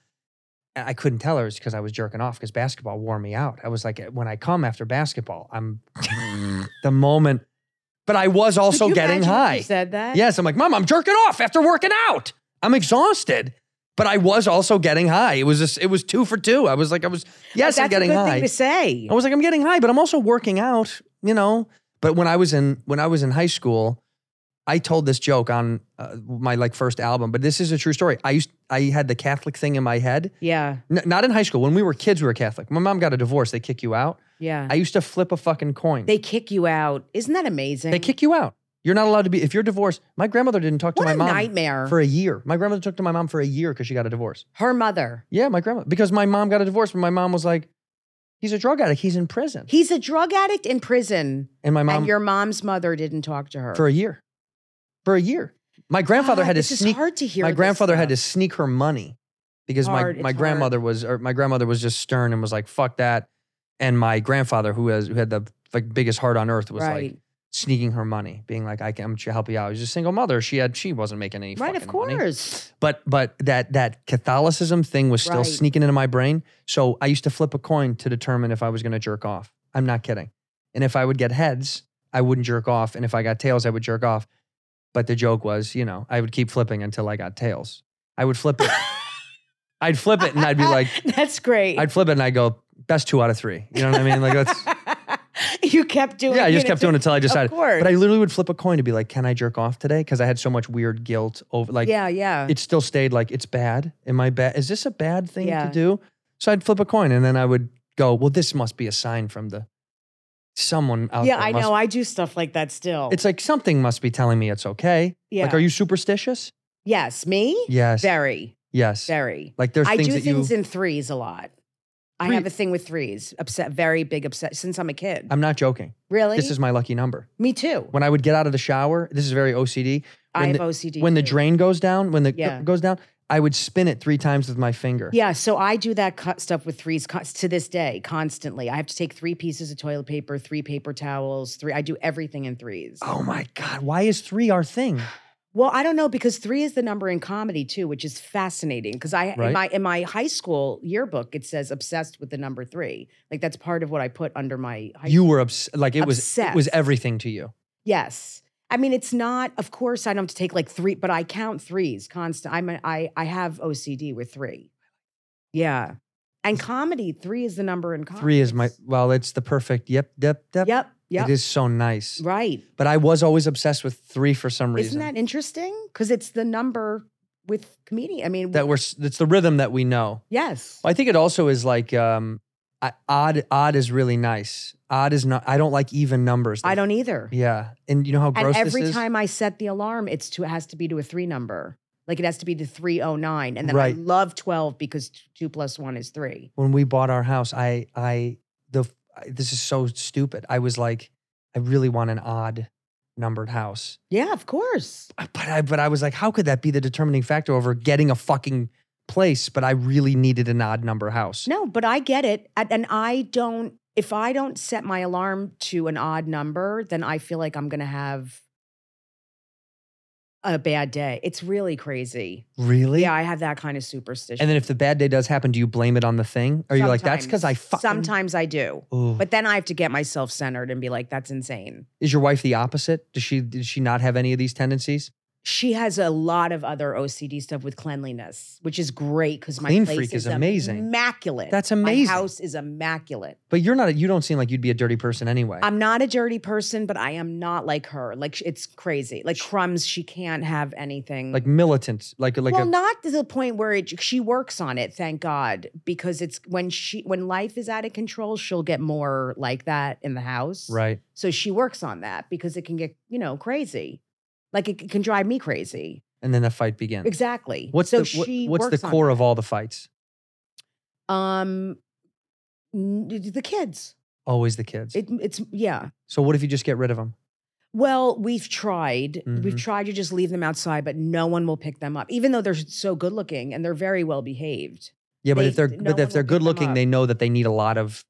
A: And I couldn't tell her it's because I was jerking off because basketball wore me out. I was like, when I come after basketball, I'm the moment. But I was
I: Mm. Could
A: also
I: you
A: getting
I: imagine if
A: high.
I: you said that
A: Yes, I'm like, Mom, I'm jerking off after working out. I'm exhausted. But I was also getting high. It was just, it was two for two. I was like, I was
I: But
A: yes,
I: Oh, that's
A: I'm getting
I: a good
A: high.
I: thing to say
A: I was like, I'm getting high, but I'm also working out, you know. But when I was in when I was in high school, I told this joke on uh, my like first album, but this is a true story. I used I had the Catholic thing in my head,
I: yeah
A: N- not in high school. When we were kids, we were Catholic. My mom got a divorce; they kick you out.
I: yeah
A: I used to flip a fucking coin.
I: Mm-hmm. they kick you out isn't that amazing
A: They kick you out. You're not allowed to be if you're divorced. My grandmother didn't talk to
I: what
A: my
I: a
A: mom
I: nightmare
A: for a year. My grandmother talked to my mom for a year because she got a divorce.
I: her mother
A: Yeah, my grandma because my mom got a divorce, but my mom was like, "He's a drug addict. He's in prison."
I: he's a drug addict in prison
A: and my mom
I: and your mom's mother didn't talk to her
A: for a year. For a year. My grandfather
I: God,
A: had to
I: this is
A: sneak
I: hard to hear
A: my
I: this
A: grandfather had to
I: stuff.
A: sneak her money because
I: Hard,
A: my
I: it's
A: my
I: hard.
A: grandmother was or my grandmother was just stern and was like fuck that. and my grandfather, who has who had the like biggest heart on earth, was like
I: Right.
A: sneaking her money, being like, "I can I'm trying to help you out." She's a single mother. She had she wasn't making any
I: Right, of
A: fucking money.
I: course.
A: But but that that Catholicism thing was still
I: Right.
A: sneaking into my brain. So I used to flip a coin to determine if I was going to jerk off. I'm not kidding. And if I would get heads, I wouldn't jerk off, and if I got tails, I would jerk off. But the joke was, you know, I would keep flipping until I got tails. I would flip it. I'd flip it and I'd be like,
I: That's great.
A: I'd flip it and I'd go, best two out of three. You know what I mean? Like that's
I: you kept doing.
A: yeah, I
I: it
A: just kept doing it until I decided.
I: course.
A: But I literally would flip a coin to be like, can I jerk off today? Because I had so much weird guilt over like
I: yeah, yeah.
A: it still stayed like it's bad. Am I bad? Is this a bad thing
I: Yeah.
A: to do? So I'd flip a coin and then I would go, well, this must be a sign from the someone out
I: yeah,
A: there.
I: I
A: must-
I: know. I do stuff like that still.
A: it's like something must be telling me it's okay.
I: yeah.
A: Like, are you superstitious?
I: yes, me.
A: Yes.
I: Very,
A: yes.
I: very.
A: Like there's
I: I
A: things
I: do
A: that
I: things
A: you.
I: in threes a lot. I
A: Three-
I: have a thing with threes. Upset, very big upset since I'm a kid.
A: I'm not joking.
I: really?
A: This is my lucky number.
I: me too.
A: When I would get out of the shower, this is very OCD.
I: I
A: when
I: have
A: the-
I: OCD.
A: when the
I: too.
A: drain goes down, when the
I: Yeah.
A: goes down, I would spin it three times with my finger.
I: Yeah, so I do that cut stuff with threes con- to this day constantly. I have to take three pieces of toilet paper, three paper towels, three. I do everything in threes.
A: Oh my God. Why is three our thing?
I: Well, I don't know because three is the number in comedy too, which is fascinating. Because I
A: Right.
I: in my in my high school yearbook it says obsessed with the number three. Like that's part of what I put under my high
A: You were obs- like it was it was
I: Obsessed.
A: everything to you.
I: Yes. I mean, it's not, of course, I don't have to take like three, but I count threes constant. I'm a, I, I have OCD with three. Yeah. And comedy, three is the number in comedy.
A: Three is my well, it's the perfect yep, yep, yep.
I: Yep. Yep.
A: It is so nice.
I: Right.
A: But I was always obsessed with three for some reason.
I: Isn't that interesting? Because it's the number with comedian. I mean,
A: that we're s- it's the rhythm that we know.
I: yes.
A: I think it also is like um I, odd odd is really nice. Odd is not I don't like even numbers.
I: I don't either.
A: Yeah. And you know how
I: And
A: gross
I: every
A: this is?
I: time I set the alarm, it's to, it has to be to a three number. Like it has to be to 309. And then
A: Right.
I: I love 12 because t- two plus one is three.
A: when we bought our house, I I the I- this is so stupid. I was like, I really want an odd numbered house,
I: Yeah, of course.
A: but I but I was like, how could that be the determining factor over getting a fucking place? But I really needed an odd number house.
I: No, but I get it. And and I don't, if I don't set my alarm to an odd number, then I feel like I'm going to have a bad day. It's really crazy.
A: Really?
I: Yeah, I have that kind of superstition.
A: And then if the bad day does happen, do you blame it on the thing? Or you're like, that's because I fucking.
I: Sometimes I do.
A: Ooh.
I: But then I have to get myself centered and be like, that's insane.
A: is your wife the opposite? Does she did she not have any of these tendencies?
I: She has a lot of other OCD stuff with cleanliness, which is great because my
A: Clean
I: place
A: freak is
I: is
A: amazing.
I: Immaculate.
A: That's amazing.
I: My house is immaculate.
A: But you're not. You don't seem like you'd be a dirty person anyway.
I: I'm not a dirty person, but I am not like her. Like sh- it's crazy. Like crumbs, she can't have anything.
A: like militant. Like like
I: well,
A: a,
I: not to the point where it, she works on it. Thank God, because it's when she when life is out of control, she'll get more like that in the house.
A: right.
I: So she works on that because it can get you know crazy. Like it c- can drive me crazy.
A: And then the fight begins.
I: Exactly.
A: What's
I: so
A: the what-
I: she
A: what's the
I: works on
A: core
I: that.
A: of all the fights?
I: um n- the kids.
A: Always the kids.
I: It, it's yeah.
A: so what if you just get rid of them?
I: Well, we've tried. We've
A: Mhm.
I: tried to just leave them outside, but no one will pick them up, even though they're so good looking and they're very well behaved.
A: Yeah, but
I: They-
A: if they're
I: no
A: but
I: one
A: if
I: will
A: they're
I: pick
A: good
I: them
A: looking,
I: up.
A: they know that they need a lot of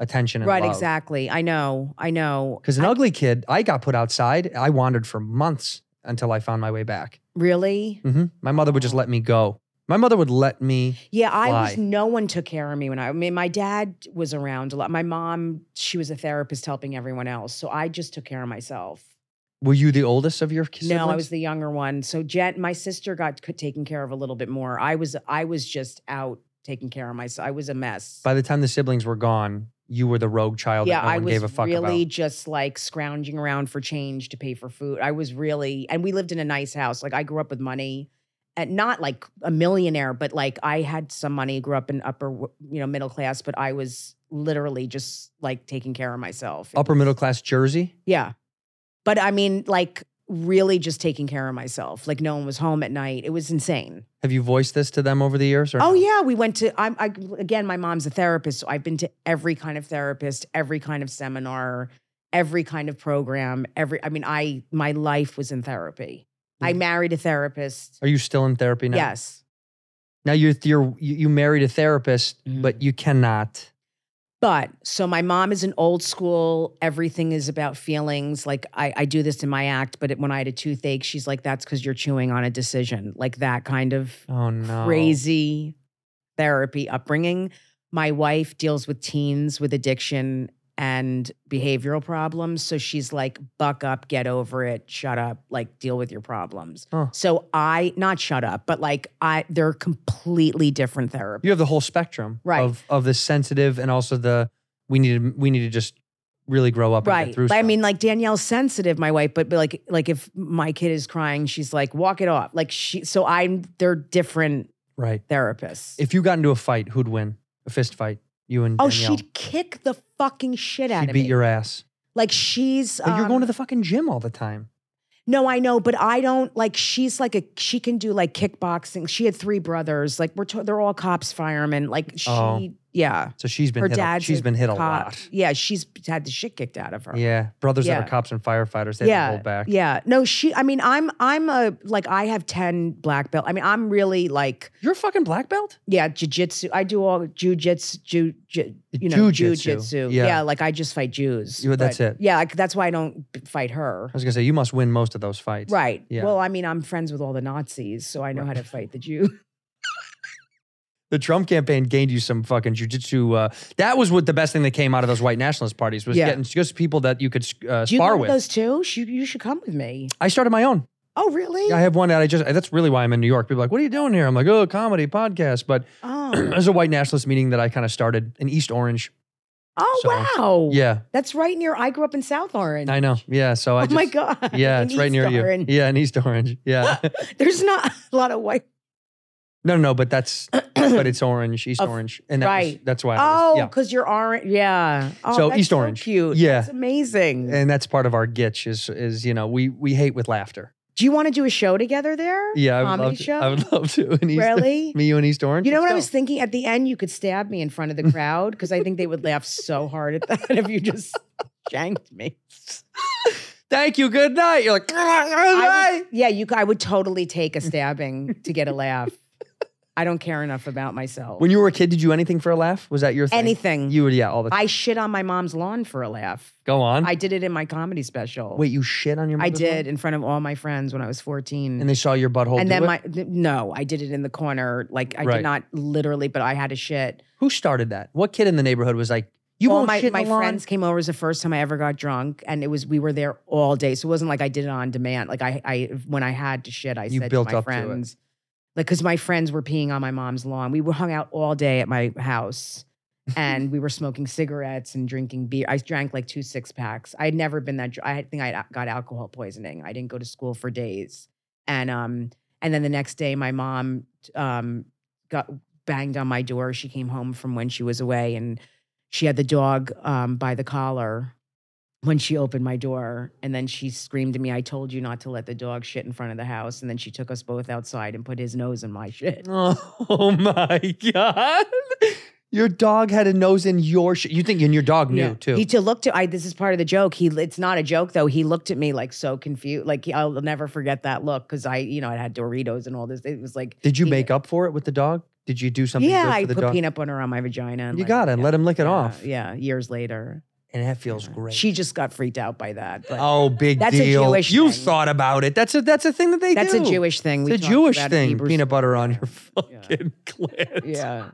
A: attention and
I: right, exactly. I know. I know.
A: Because an ugly kid, I got put outside. I wandered for months until I found my way back.
I: Really?
A: hmm My mother would just
I: Oh.
A: let me go. My mother would let me.
I: Yeah, I
A: Why?
I: was no one took care of me when I I mean my dad was around a lot. My mom, she was a therapist helping everyone else. So I just took care of myself.
A: Were you the oldest of your kids?
I: No, I was the younger one. So Jen, my sister got c- taken care of a little bit more. I was I was just out taking care of myself. I was a mess.
A: By the time the siblings were gone, you were the rogue child
I: yeah,
A: that no
I: I
A: one
I: was
A: gave a fuck
I: really
A: about.
I: just like scrounging around for change to pay for food. I was really, and we lived in a nice house. Like I grew up with money, and not like a millionaire, but like I had some money. Grew up in upper, w- you know, middle class, but I was literally just like taking care of myself.
A: Upper middle class Jersey.
I: Yeah, but I mean, like really just taking care of myself. Like no one was home at night. It was insane.
A: Have you voiced this to them over the years? Or
I: Oh
A: no?
I: yeah, we went to. I'm I, again. My mom's a therapist, so I've been to every kind of therapist, every kind of seminar, every kind of program. Every. I mean, I my life was in therapy. I
A: Mm.
I: married a therapist.
A: Are you still in therapy now?
I: Yes,
A: Now you're, you're you you married a therapist,
I: Mhm.
A: but you cannot.
I: But so my mom is an old school, everything is about feelings. Like I, I do this in my act, but it, when I had a toothache, she's like, that's because you're chewing on a decision. Like that kind of
A: Oh no.
I: crazy therapy upbringing. My wife deals with teens with addiction and behavioral problems. So she's like, buck up, get over it, shut up, like deal with your problems.
A: Huh.
I: So I, not shut up, but like I, they're completely different therapy.
A: You have the whole spectrum
I: Right.
A: of of the sensitive and also the we need to we need to just really grow up and
I: Right.
A: get through
I: But I
A: stuff.
I: mean, like Danielle's sensitive, my wife, but, but like, like if my kid is crying, she's like, walk it off. Like she, so I'm, they're different
A: right.
I: therapists.
A: If you got into a fight, who'd win? A fist fight? You and
I: oh,
A: Danielle.
I: she'd kick the fucking shit out
A: She'd
I: of
A: beat
I: me.
A: your ass.
I: like she's,
A: But you're
I: um,
A: going to the fucking gym all the time.
I: No, I know, but I don't like. She's like a she can do like kickboxing. She had three brothers. Like we're to, they're all cops, firemen. Like she,
A: Oh.
I: yeah,
A: So she's been
I: her
A: hit a,
I: dad's
A: she's been hit a
I: cop.
A: lot.
I: Yeah, she's had the shit kicked out of her.
A: Yeah. Brothers that
I: Yeah.
A: are cops and firefighters, they have to
I: yeah,
A: hold back.
I: yeah. No, she. I mean, I'm I'm a like I have ten black belt. I mean, I'm really like
A: You're a fucking black belt?
I: yeah, jujitsu. I do all jujitsu, ju, ju, you know,
A: Jujitsu,
I: jujitsu.
A: yeah.
I: Yeah. like I just fight Jews.
A: You- that's
I: but-
A: it.
I: Yeah, like, that's why I don't fight her.
A: I was gonna say you must win most of those fights.
I: Right.
A: Yeah.
I: Well, I mean, I'm friends with all the Nazis, so I know how to fight the Jews.
A: The Trump campaign gained you some fucking jujitsu. Uh, that was what the best thing that came out of those white nationalist parties was
I: Yeah.
A: getting just people that you could uh,
I: Do you
A: spar
I: go to
A: with.
I: those too? Sh- You should come with me.
A: I started my own.
I: Oh, really?
A: I have one that I just. That's really why I'm in New York. People are like, "What are you doing here?" I'm like, "Oh, comedy podcast." But
I: Oh,
A: there's a white nationalist meeting that I kind of started in East Orange.
I: oh
A: So,
I: wow.
A: Yeah,
I: That's right near, I grew up in South Orange.
A: I know. Yeah, so I
I: oh
A: just.
I: my God.
A: Yeah,
I: In
A: it's right
I: East
A: near
I: Orange.
A: you. Yeah, in East Orange. Yeah.
I: There's not a lot of white.
A: no, no, no, but that's but it's Orange, East
I: Of-
A: Orange, and that was-
I: right.
A: that's why. I was,
I: Oh,
A: yeah.
I: because you're orange. Yeah. Oh,
A: So
I: that's
A: East Orange.
I: cute.
A: Yeah.
I: That's amazing.
A: and that's part of our gitch is is you know we we hate with laughter.
I: do you want to do a show together there?
A: Yeah, I would
I: Comedy
A: love to.
I: show?
A: I would love to. In East,
I: Really?
A: Me, you, and East Orange.
I: You know what
A: Let's go.
I: I was thinking? At the end, you could stab me in front of the crowd because I think they would laugh so hard at that if you just shanked me.
A: Thank you. Good night. You're like.
I: I would- yeah, you. c- I would totally take a stabbing to get a laugh. I don't care enough about myself.
A: When you were a kid, did you anything for a laugh? Was that your thing?
I: Anything.
A: You would, yeah, all the time.
I: I shit on my mom's lawn for a laugh.
A: Go on.
I: I did it in my comedy special.
A: Wait, you shit on your.
I: I
A: mother's mom?
I: did in front of all my friends when I was fourteen.
A: and they saw your butthole.
I: And
A: do
I: then
A: it?
I: my th- no, I did it in the corner. Like I
A: Right.
I: did not literally, but I had a shit.
A: who started that? What kid in the neighborhood was like, "You
I: all
A: won't
I: my
A: shit in
I: my
A: the lawn?"
I: friends came over. It was the first time I ever got drunk, and it was we were there all day. So it wasn't like I did it on demand. Like I, I when I had to shit, I
A: You
I: said
A: built
I: to my
A: up to it.
I: friends, like because my friends were peeing on my mom's lawn. We were hung out all day at my house, and we were smoking cigarettes and drinking beer. I drank like two six packs. I had never been that. dr- I think I got alcohol poisoning. I didn't go to school for days, and um, and then the next day, my mom um got banged on my door. She came home from when she was away, and she had the dog um, by the collar when she opened my door and then she screamed at me i told you not to let the dog shit in front of the house and then she took us both outside and put his nose in my shit
A: Oh my god! Your dog had a nose in your shit. You think, and your dog knew
I: Yeah.
A: too.
I: He to looked at I this is part of the joke. He it's not a joke though. He looked at me like so confused. Like he- I'll never forget that look cuz I, you know, I had Doritos and all this. It was like
A: Did you
I: he-
A: make up for it with the dog? Did you do something? good
I: Yeah,
A: for
I: I
A: the
I: put
A: dog?
I: peanut butter on my vagina. And
A: You
I: like,
A: got it.
I: yeah,
A: Let him lick it
I: yeah,
A: off,
I: Yeah, years later.
A: and that feels great.
I: She just got freaked out by that. But
A: oh, big
I: That's a
A: deal.
I: Jewish
A: you
I: thing.
A: thought about it. That's a that's a thing that they
I: that's
A: do.
I: a Jewish thing.
A: It's a
I: talked
A: Jewish
I: about it in
A: thing.
I: Hebrew
A: Peanut butter on
I: Yeah.
A: your fucking clit.
I: Yeah.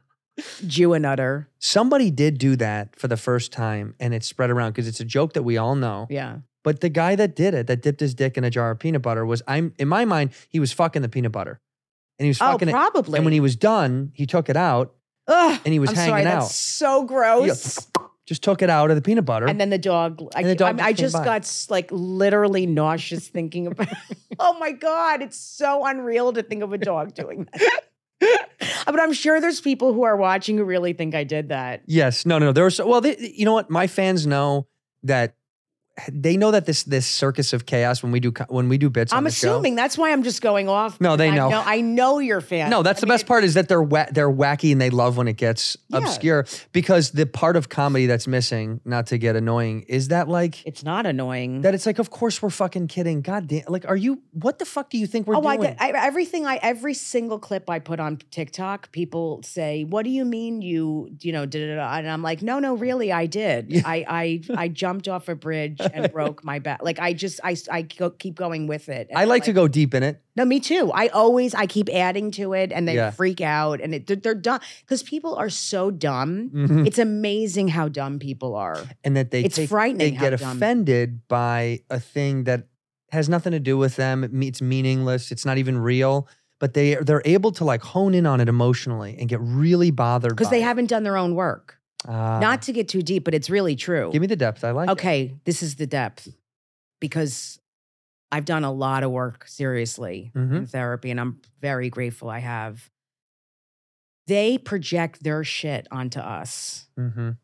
I: Jew and utter.
A: Somebody did do that for the first time, and it spread around because it's a joke that we all know.
I: Yeah.
A: But the guy that did it, that dipped his dick in a jar of peanut butter, was I'm in my mind he was fucking the peanut butter, and he was
I: Oh,
A: fucking it.
I: probably.
A: And when he was done, he took it out,
I: Ugh,
A: and he was
I: I'm
A: hanging
I: sorry,
A: out.
I: That's so gross.
A: Just took it out of the peanut butter.
I: And then the dog, I,
A: And the dog
I: I, mean, I
A: just came
I: just
A: by.
I: got s- like literally nauseous thinking about. oh my god, it's so unreal to think of a dog doing that. but I'm sure there's people who are watching who really think I did that.
A: Yes. No, no, no. There was, well, they, you know what? My fans know that they know that this this circus of chaos when we do co- when we do bits. on
I: I'm
A: the show-
I: assuming that's why I'm just going off.
A: No, they
I: I
A: know.
I: I know you're fans.
A: No, that's the best part is that they're wa- they're wacky and they love when it gets obscure because the part of comedy that's missing, not to get annoying, is that like
I: It's not annoying.
A: that it's like of course we're fucking kidding. God damn, like are you? What the fuck do you think we're
I: oh,
A: doing?
I: I, get- I everything I every single clip I put on TikTok, people say, "What do you mean you you know did it?" And I'm like, "No, no, really, I did. I I I jumped off a bridge and broke my back. Like I just I I go, keep going with it. And
A: I
I: I'm
A: like to go deep in it.
I: No, me too. I always I keep adding to it, and they
A: Yeah.
I: freak out, and it, they're, they're dumb because people are so dumb.
A: Mhm.
I: It's amazing how dumb people are.
A: and that they
I: It's
A: take-
I: frightening
A: They
I: how
A: get
I: dumb-
A: offended by a thing that has nothing to do with them. It me- It's meaningless. It's not even real. But they they're able to like hone in on it emotionally and get really bothered
I: because
A: by
I: they
A: it.
I: haven't done their own work.
A: Ah.
I: Not to get too deep, but it's really true.
A: give me the depth. I like. it.
I: okay, this is the depth because I've done a lot of work seriously in
A: Mhm.
I: therapy, and I'm very grateful I have. They project their shit onto us.
A: Mhm.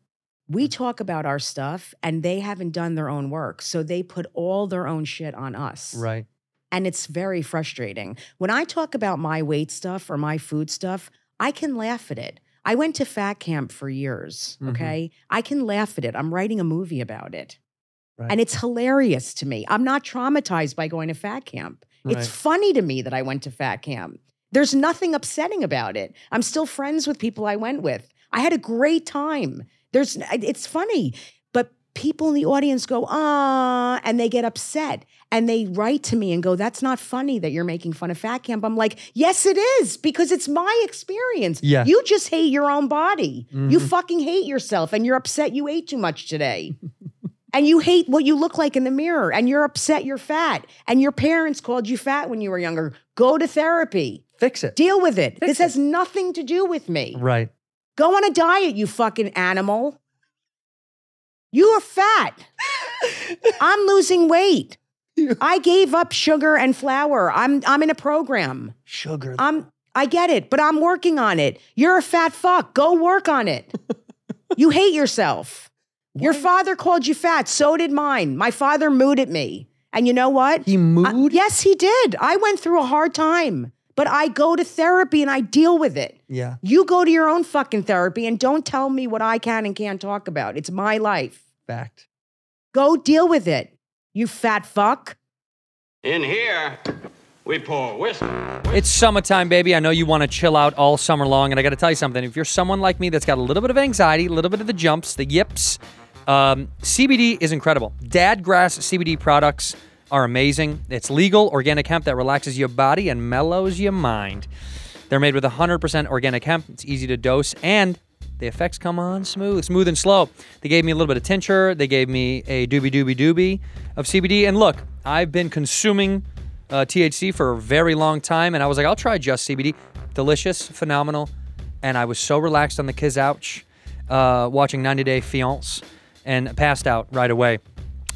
I: We talk about our stuff, and they haven't done their own work. So they put all their own shit on us.
A: Right.
I: And it's very frustrating. When I talk about my weight stuff or my food stuff, I can laugh at it. I went to fat camp for years,
A: Mhm.
I: okay? I can laugh at it. I'm writing a movie about it.
A: Right.
I: And it's hilarious to me. I'm not traumatized by going to fat camp.
A: Right.
I: It's funny to me that I went to fat camp. There's nothing upsetting about it. I'm still friends with people I went with. I had a great time. There's it's funny, but people in the audience go, "Ah," and they get upset and they write to me and go, "That's not funny that you're making fun of fat camp." I'm like, "Yes it is because it's my experience.
A: Yeah.
I: You just hate your own body. You
A: Mhm.
I: fucking hate yourself and you're upset you ate too much today." and you hate what you look like in the mirror and you're upset you're fat and your parents called you fat when you were younger go to therapy
A: Fix it.
I: deal with it this has nothing to do with me
A: Right.
I: go on a diet you fucking animal you are fat i'm losing weight i gave up sugar and flour i'm i'm in a program
A: Sugar.
I: i'm i get it but i'm working on it you're a fat fuck go work on it you hate yourself your father called you fat. So did mine. My father mooed at me. And you know what?
A: he
I: I-
A: mood.
I: yes, he did. I went through a hard time, but I go to therapy and I deal with it.
A: yeah.
I: You go to your own fucking therapy and don't tell me what I can and can't talk about. It's my life.
A: Fact.
I: Go deal with it, you fat fuck.
B: In here, we pour whiskey.
A: It's summertime, baby. I know you want to chill out all summer long, and I got to tell you something. If you're someone like me that's got a little bit of anxiety, a little bit of the jumps, the yips, um, CBD is incredible. Dadgrass CBD products are amazing. It's legal organic hemp that relaxes your body and mellows your mind. They're made with 100% organic hemp. It's easy to dose, and the effects come on smooth, smooth and slow. They gave me a little bit of tincture. They gave me a doobie doobie doobie of CBD. And look, I've been consuming uh, THC for a very long time, and I was like, I'll try just CBD. Delicious, phenomenal, and I was so relaxed on the kids' couch, uh, watching 90 Day Fiance, and passed out right away.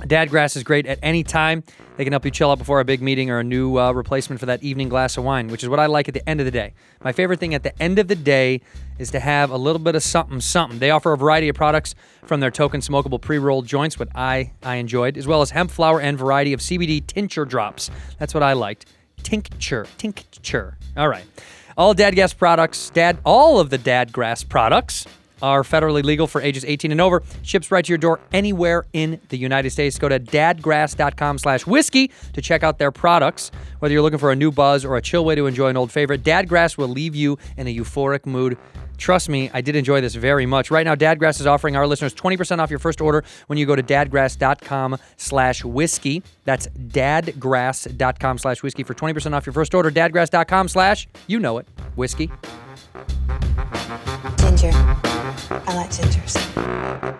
A: Dadgrass is great at any time. They can help you chill out before a big meeting or a new uh, replacement for that evening glass of wine, which is what I like at the end of the day. My favorite thing at the end of the day is to have a little bit of something, something. They offer a variety of products from their token smokable pre-rolled joints, what I I enjoyed, as well as hemp flower and variety of CBD tincture drops. That's what I liked. Tincture, tincture. All right. All Dadgas products, dad, all of the Dadgrass products are federally legal for ages 18 and over. Ships right to your door anywhere in the United States. Go to dadgrass.com slash whiskey to check out their products. Whether you're looking for a new buzz or a chill way to enjoy an old favorite, Dadgrass will leave you in a euphoric mood. Trust me, I did enjoy this very much. Right now, Dadgrass is offering our listeners 20% off your first order when you go to dadgrass.com slash whiskey. That's dadgrass.com slash whiskey for 20% off your first order. Dadgrass.com slash, you know it, whiskey.
H: Ginger. I like gingers.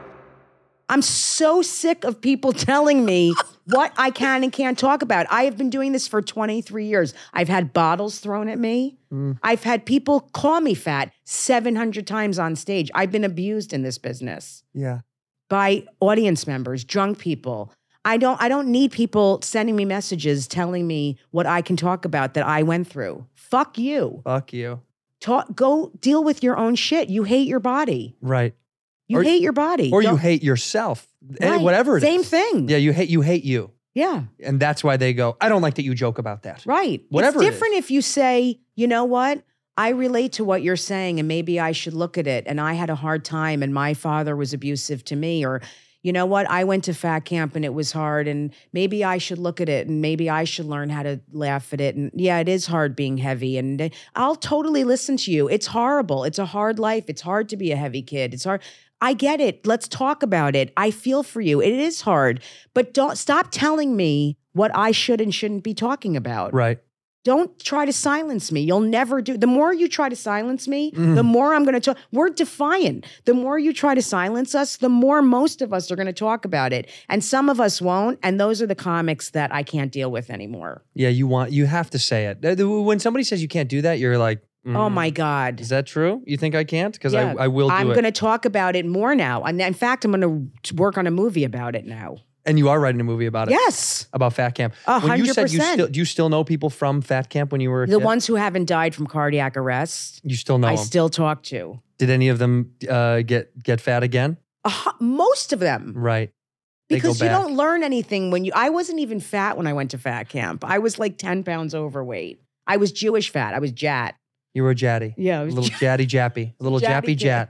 I: I'm so sick of people telling me what I can and can't talk about. I have been doing this for 23 years. I've had bottles thrown at me. I've had people call me fat 700 times on stage. I've been abused in this business
A: Yeah.
I: by audience members, drunk people. I don't I don't need people sending me messages telling me what I can talk about that I went through. Fuck you.
A: Fuck you.
I: Talk go deal with your own shit. You hate your body.
A: Right.
I: You
A: Or-
I: hate your body.
A: or you
I: Don't-
A: hate yourself, Eh,
I: Right.
A: whatever it
I: Same
A: is.
I: thing.
A: Yeah, you hate you hate you,
I: Yeah.
A: and that's why they go. I don't like that you joke about that.
I: Right.
A: Whatever it
I: It's different if you say, you know what? I relate to what you're saying and maybe I should look at it. And I had a hard time and my father was abusive to me. Or, you know what? I went to fat camp and it was hard and maybe I should look at it and maybe I should learn how to laugh at it. And yeah, it is hard being heavy. And uh, I'll totally listen to you. It's horrible. It's a hard life. It's hard to be a heavy kid. It's hard. I get it. Let's talk about it. I feel for you. It is hard, but don't stop telling me what I should and shouldn't be talking about
A: Right.
I: don't try to silence me. You'll never do. The more you try to silence me,
A: Mm-hmm.
I: the more I'm going to talk. We're defiant. The more you try to silence us, the more most of us are going to talk about it. And some of us won't. And those are the comics that I can't deal with anymore.
A: Yeah, you want you have to say it. Uh, When somebody says you can't do that, you're like,
I: Oh
A: "Mm,
I: my God.
A: is that true? You think I can't? Because
I: Yeah.
A: I, I will do
I: I'm
A: it.
I: going to talk about it more now. And in fact, I'm going to work on a movie about it now.
A: and you are writing a movie about it.
I: Yes.
A: About Fat Camp.
I: A
A: When you
I: hundred
A: said you
I: percent.
A: still do you still know people from Fat Camp when you were a
I: The
A: kid?
I: ones who haven't died from cardiac arrest,
A: you still know
I: I
A: them.
I: still talk to.
A: Did any of them uh, get get fat again?
I: A hu- most of them.
A: Right. They go
I: because you
A: back.
I: don't learn anything when you i wasn't even fat when i went to fat camp i was like 10 pounds overweight i was jewish fat i was jat
A: You were a jatty.
I: yeah i
A: A
I: was
A: little jatty jappy. A little jappy
I: Jappy
A: jat.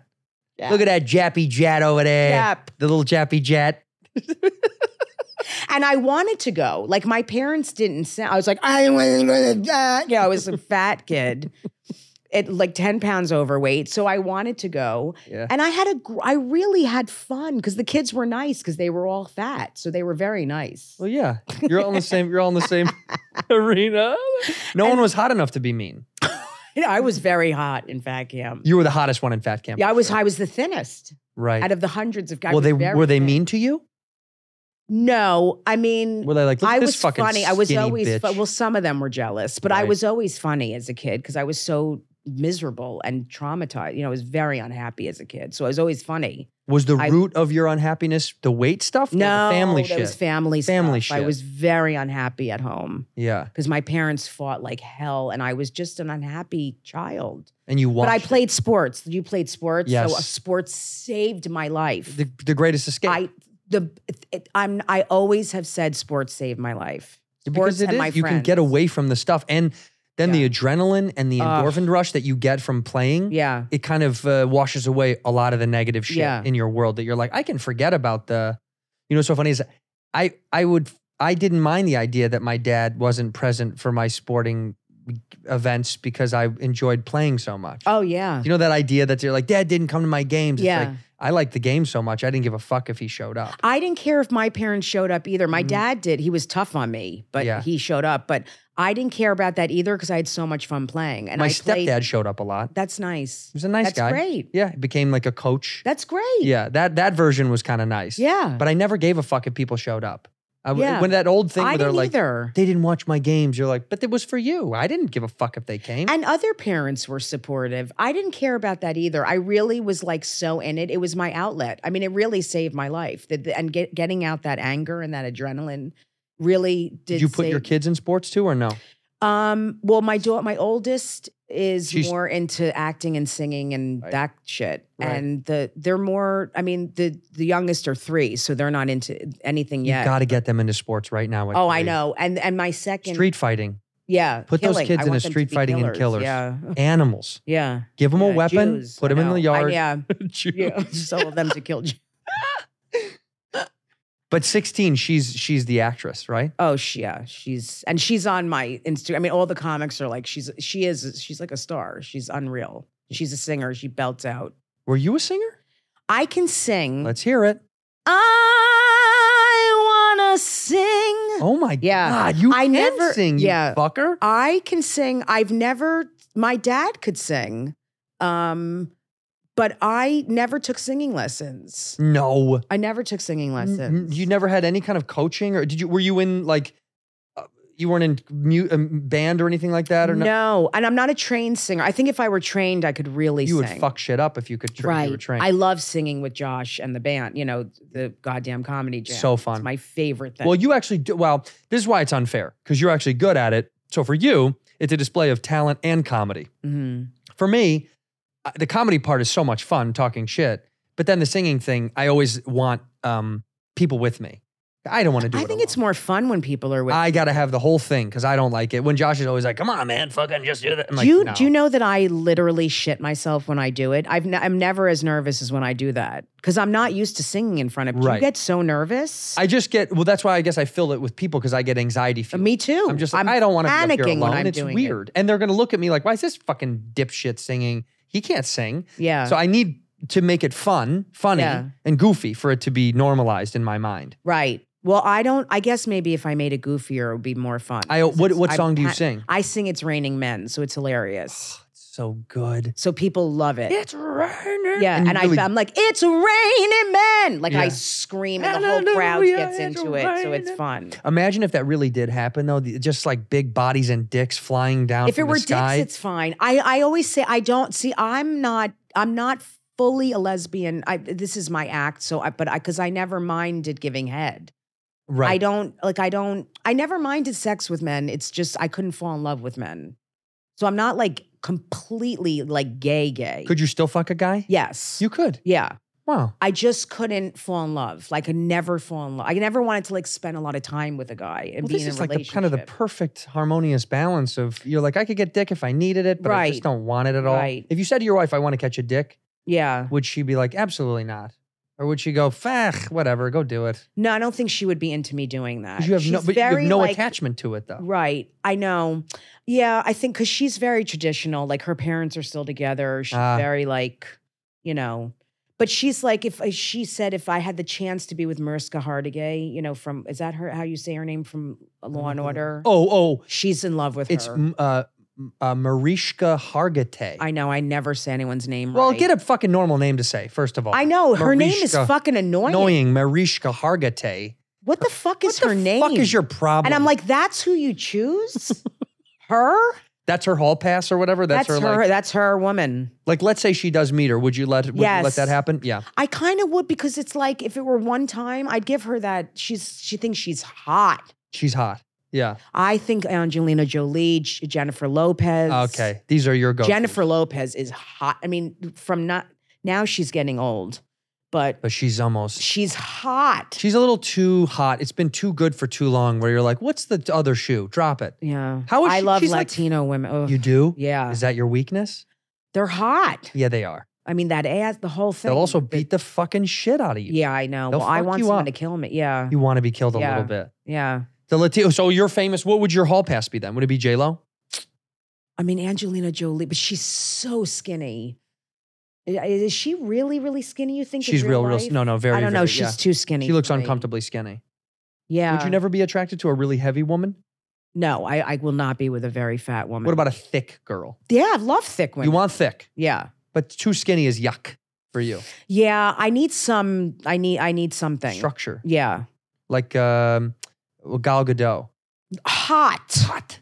I: jat.
A: Look at that jappy jat over there.
I: Jap.
A: The little jappy jat.
I: and i wanted to go like my parents didn't send i was like i wasn't going to you know i was a fat kid at like 10 pounds overweight so i wanted to go
A: Yeah.
I: and i had a gr- i really had fun because the kids were nice because they were all fat so they were very nice
A: Well, yeah. You're all in the same. You're all in the same arena. No one was hot enough to be mean.
I: You know, i was very hot in fat camp
A: You were the hottest one in Fat Camp.
I: yeah i
A: for
I: was
A: sure.
I: i was the thinnest
A: Right.
I: out of the hundreds of guys.
A: well, they
I: very
A: were they
I: thin.
A: mean to you?
I: No, I mean,
A: Were they like? Look
I: I
A: at this
I: was
A: fucking
I: funny. I was
A: skinny
I: always
A: bitch.
I: fu- well. Some of them were jealous, but I
A: Right.
I: was always funny as a kid because I was so miserable and traumatized. You know, I was very unhappy as a kid, so I was always funny.
A: was the
I: I-
A: root of your unhappiness the weight stuff? or
I: No,
A: the family
I: that
A: shit.
I: was family
A: Family
I: stuff.
A: shit.
I: I was very unhappy at home
A: yeah,
I: because my parents fought like hell, and I was just an unhappy child.
A: and you watched.
I: but I
A: it.
I: played sports. You played sports, so
A: Yes.
I: sports saved my life.
A: the, the greatest escape.
I: I the it, I'm I always have said sports saved my life. Sports
A: because it
I: and
A: is-
I: my
A: you can get
I: friends.
A: away from the stuff, and then the adrenaline and the
I: Ugh.
A: endorphin rush that you get from playing.
I: Yeah.
A: it kind of uh, washes away a lot of the negative shit
I: Yeah.
A: in your world that you're like, I can forget about the. You know, what's so funny is I I would I didn't mind the idea that my dad wasn't present for my sporting events because I enjoyed playing so much.
I: Oh yeah.
A: You know that idea that you're like, Dad didn't come to my games. It's
I: Yeah.
A: like I like the game so much, I didn't give a fuck if he showed up.
I: I didn't care if my parents showed up either. My dad did. He was tough on me, but
A: Mm-hmm. Yeah.
I: he showed up. But I didn't care about that either because I had so much fun playing. And
A: my
I: I
A: stepdad
I: played,
A: showed up a lot. He
I: That's nice.
A: was a nice
I: That's
A: guy.
I: great.
A: Yeah, he became like a coach.
I: That's great.
A: yeah, that that version was kind of nice.
I: Yeah.
A: but I never gave a fuck if people showed up. I, w-
I: Yeah.
A: When that old thing
I: I
A: where they're
I: didn't
A: like,
I: either.
A: they didn't watch my games, you're like, but it was for you. I didn't give a fuck if they came.
I: And other parents were supportive. I didn't care about that either. I really was like so in it. It was my outlet. I mean, it really saved my life. The- the- and get, getting out that anger and that adrenaline really did.
A: Did you put your
I: save-
A: kids in sports too, or no?
I: Um. Well, my daughter, my oldest, is
A: She's-
I: more into acting and singing and
A: Right.
I: that shit.
A: Right.
I: And the they're more. I mean, the the youngest are three, so they're not into anything
A: You
I: yet.
A: got to get them into sports right now. at
I: oh, I
A: three.
I: know. And and my second
A: Street fighting,
I: Yeah.
A: Put those
I: killing.
A: kids
I: I
A: in a
I: want them to
A: street
I: be
A: fighting and killers.
I: Yeah.
A: animals.
I: Yeah.
A: Give them a
I: Yeah,
A: weapon.
I: Jews,
A: put
I: I
A: them in the
I: know. I-
A: yard.
I: yeah.
A: Jew-
I: Yeah. Just all of them to kill. Jew-
A: But 16, she's she's the actress, right?
I: Oh, she, yeah. She's and she's on my Instagram. I mean, all the comics are like she's she is she's like a star. She's unreal. She's a singer. She belts out.
A: Were you a singer?
I: I can sing.
A: Let's hear it.
I: I wanna sing.
A: Oh my
I: Yeah.
A: god, you
I: I
A: can
I: never-
A: sing, you
I: yeah.
A: fucker.
I: I can sing. I've never. My dad could sing, um, but I never took singing lessons.
A: No,
I: I never took singing
A: N- n-
I: lessons.
A: you never had any kind of coaching, or did you? Were you in like, uh, you weren't in mu- um, band or anything like that, or no?
I: No, and I'm not a trained singer. I think if I were trained, I could really
A: You would
I: sing.
A: fuck shit up if you could. Tra- if you were trained.
I: I love singing with Josh and the band. You know, the goddamn comedy jam.
A: So
I: It's
A: fun.
I: my favorite thing.
A: well, you actually do. Well, this is why it's unfair because you're actually good at it. So for you, it's a display of talent and comedy.
I: Mhm.
A: For me, uh, the comedy part is so much fun talking shit. But then the singing thing, I always want um, people with me. I don't want to do it.
I: I think it's
A: alone.
I: more fun when people are with.
A: I gotta have the whole thing because I don't like it. When Josh is always like, "Come on, man, fucking just do that." I'm like,
I: do you
A: "No."
I: do you know that I literally shit myself when I do it? I've n- I'm never as nervous as when I do that because I'm not used to singing in front of. Do
A: Right.
I: You get so nervous. Uh,
A: I just get well. That's why I guess I fill it with people because I get anxiety. Fueled.
I: Me too.
A: I'm just like, I don't want to be up here
I: panicking
A: alone.
I: when I'm
A: it's
I: doing it.
A: weird, and they're gonna look at me like, "Why is this fucking dipshit singing? He can't sing."
I: Yeah.
A: So I need to make it fun, funny,
I: Yeah.
A: and goofy for it to be normalized in my mind.
I: Right. Well, I don't. I guess maybe if I made it goofier, it would be more fun.
A: I what what
I: I-
A: song do you
I: I-
A: sing?
I: I sing "It's Raining Men," so it's hilarious.
A: so good.
I: So people love it.
A: It's raining.
I: yeah, and,
A: really-
I: I, I'm like, "It's raining men!" Like
A: Yeah.
I: I scream, and the whole crowd
A: Hallelujah,
I: gets
A: it's
I: into it, so it's
A: raining.
I: fun.
A: Imagine if that really did happen, though. the- Just like big bodies and dicks flying down.
I: If it
A: from
I: were
A: the
I: dicks,
A: sky.
I: it's fine. I I always say I don't see. I'm not. I'm not fully a lesbian. I this is my act. So I but I because I never minded giving head.
A: right?
I: I don't like I don't I never minded sex with men. It's just I couldn't fall in love with men. So I'm not like completely like gay gay.
A: Could you still fuck a guy?
I: yes.
A: You could.
I: yeah.
A: Wow.
I: I just couldn't fall in love. Like I never fall in love. I never wanted to like spend a lot of time with a guy and
A: Well,
I: be
A: this
I: in a
A: is like the,
I: relationship.
A: kind of the perfect harmonious balance of you're like I could get dick if I needed it, but I just
I: Right.
A: don't want it at all.
I: Right.
A: If you said to your wife, "I want to catch a dick,"
I: yeah.
A: would she be like, "Absolutely not," or would she go, "Fach, whatever, go do it"?
I: No, I don't think she would be into me doing that.
A: Because you have no,
I: Uh, She's
A: but you have
I: very,
A: no
I: like-
A: attachment to it though.
I: Right. I know. Yeah, I think because she's very traditional. Like her parents are still together. She's
A: Ah.
I: very like, you know. But she's like, if she said, if I had the chance to be with Mariska Hargitay, you know, from is that her how you say her name from Law and Order?
A: Oh, oh,
I: she's in love with
A: it's
I: her.
A: m- uh, m- uh, Mariska Hargitay.
I: I know. I never say anyone's name.
A: well,
I: right.
A: get a fucking normal name to say first of all.
I: I know her name is
A: Mariska-
I: fucking annoying.
A: Oh, annoying. Mariska Hargitay.
I: What the fuck is
A: what the
I: her name?
A: Fuck is your problem?
I: And I'm like, that's who you choose. her.
A: that's her hall pass or whatever. That's,
I: That's,
A: her.
I: her.
A: Like,
I: that's her woman.
A: like, let's say she does meet her. Would you let? Would you let
I: Yes.
A: that happen? Yeah.
I: I kind of would because it's like if it were one time, I'd give her that. She's she thinks she's hot.
A: She's hot. Yeah.
I: I think Angelina Jolie, J- Jennifer Lopez.
A: Okay. These are your go.
I: Jennifer Lopez is hot. I mean, from not now she's getting old, but
A: But she's almost.
I: she's hot.
A: She's a little too hot. It's been too good for too long. Where you're like, what's the other shoe? Drop it.
I: Yeah.
A: How is
I: I
A: she-
I: love
A: she's like-
I: Latino women. Oh,
A: You do.
I: yeah.
A: Is that your weakness?
I: They're hot.
A: Yeah, they are.
I: I mean, that ass, the whole thing.
A: They'll also
I: But-
A: beat the fucking shit out of you.
I: Yeah, I know.
A: They'll
I: Well, I
A: fuck
I: want
A: you
I: someone
A: up.
I: to kill me. Yeah.
A: You want to be killed a
I: Yeah.
A: little bit.
I: Yeah.
A: The Latino. So you're famous. What would your hall pass be then? Would it be J Lo?
I: I mean, Angelina Jolie, but she's so skinny. I- Is she really, really skinny? You think in
A: She's real, real.
I: life?
A: No, no, very.
I: I don't know.
A: very-
I: she's
A: yeah.
I: too skinny.
A: She looks
I: for me.
A: uncomfortably skinny.
I: Yeah.
A: Would you never be attracted to a really heavy woman?
I: No, I, I will not be with a very fat woman.
A: What about a thick girl?
I: Yeah, I love thick women.
A: You want thick,
I: yeah,
A: but too skinny is yuck for you.
I: yeah. I need some. I need. I need something.
A: Structure.
I: Yeah.
A: Like um, Gal Gadot.
I: Hot. Hot.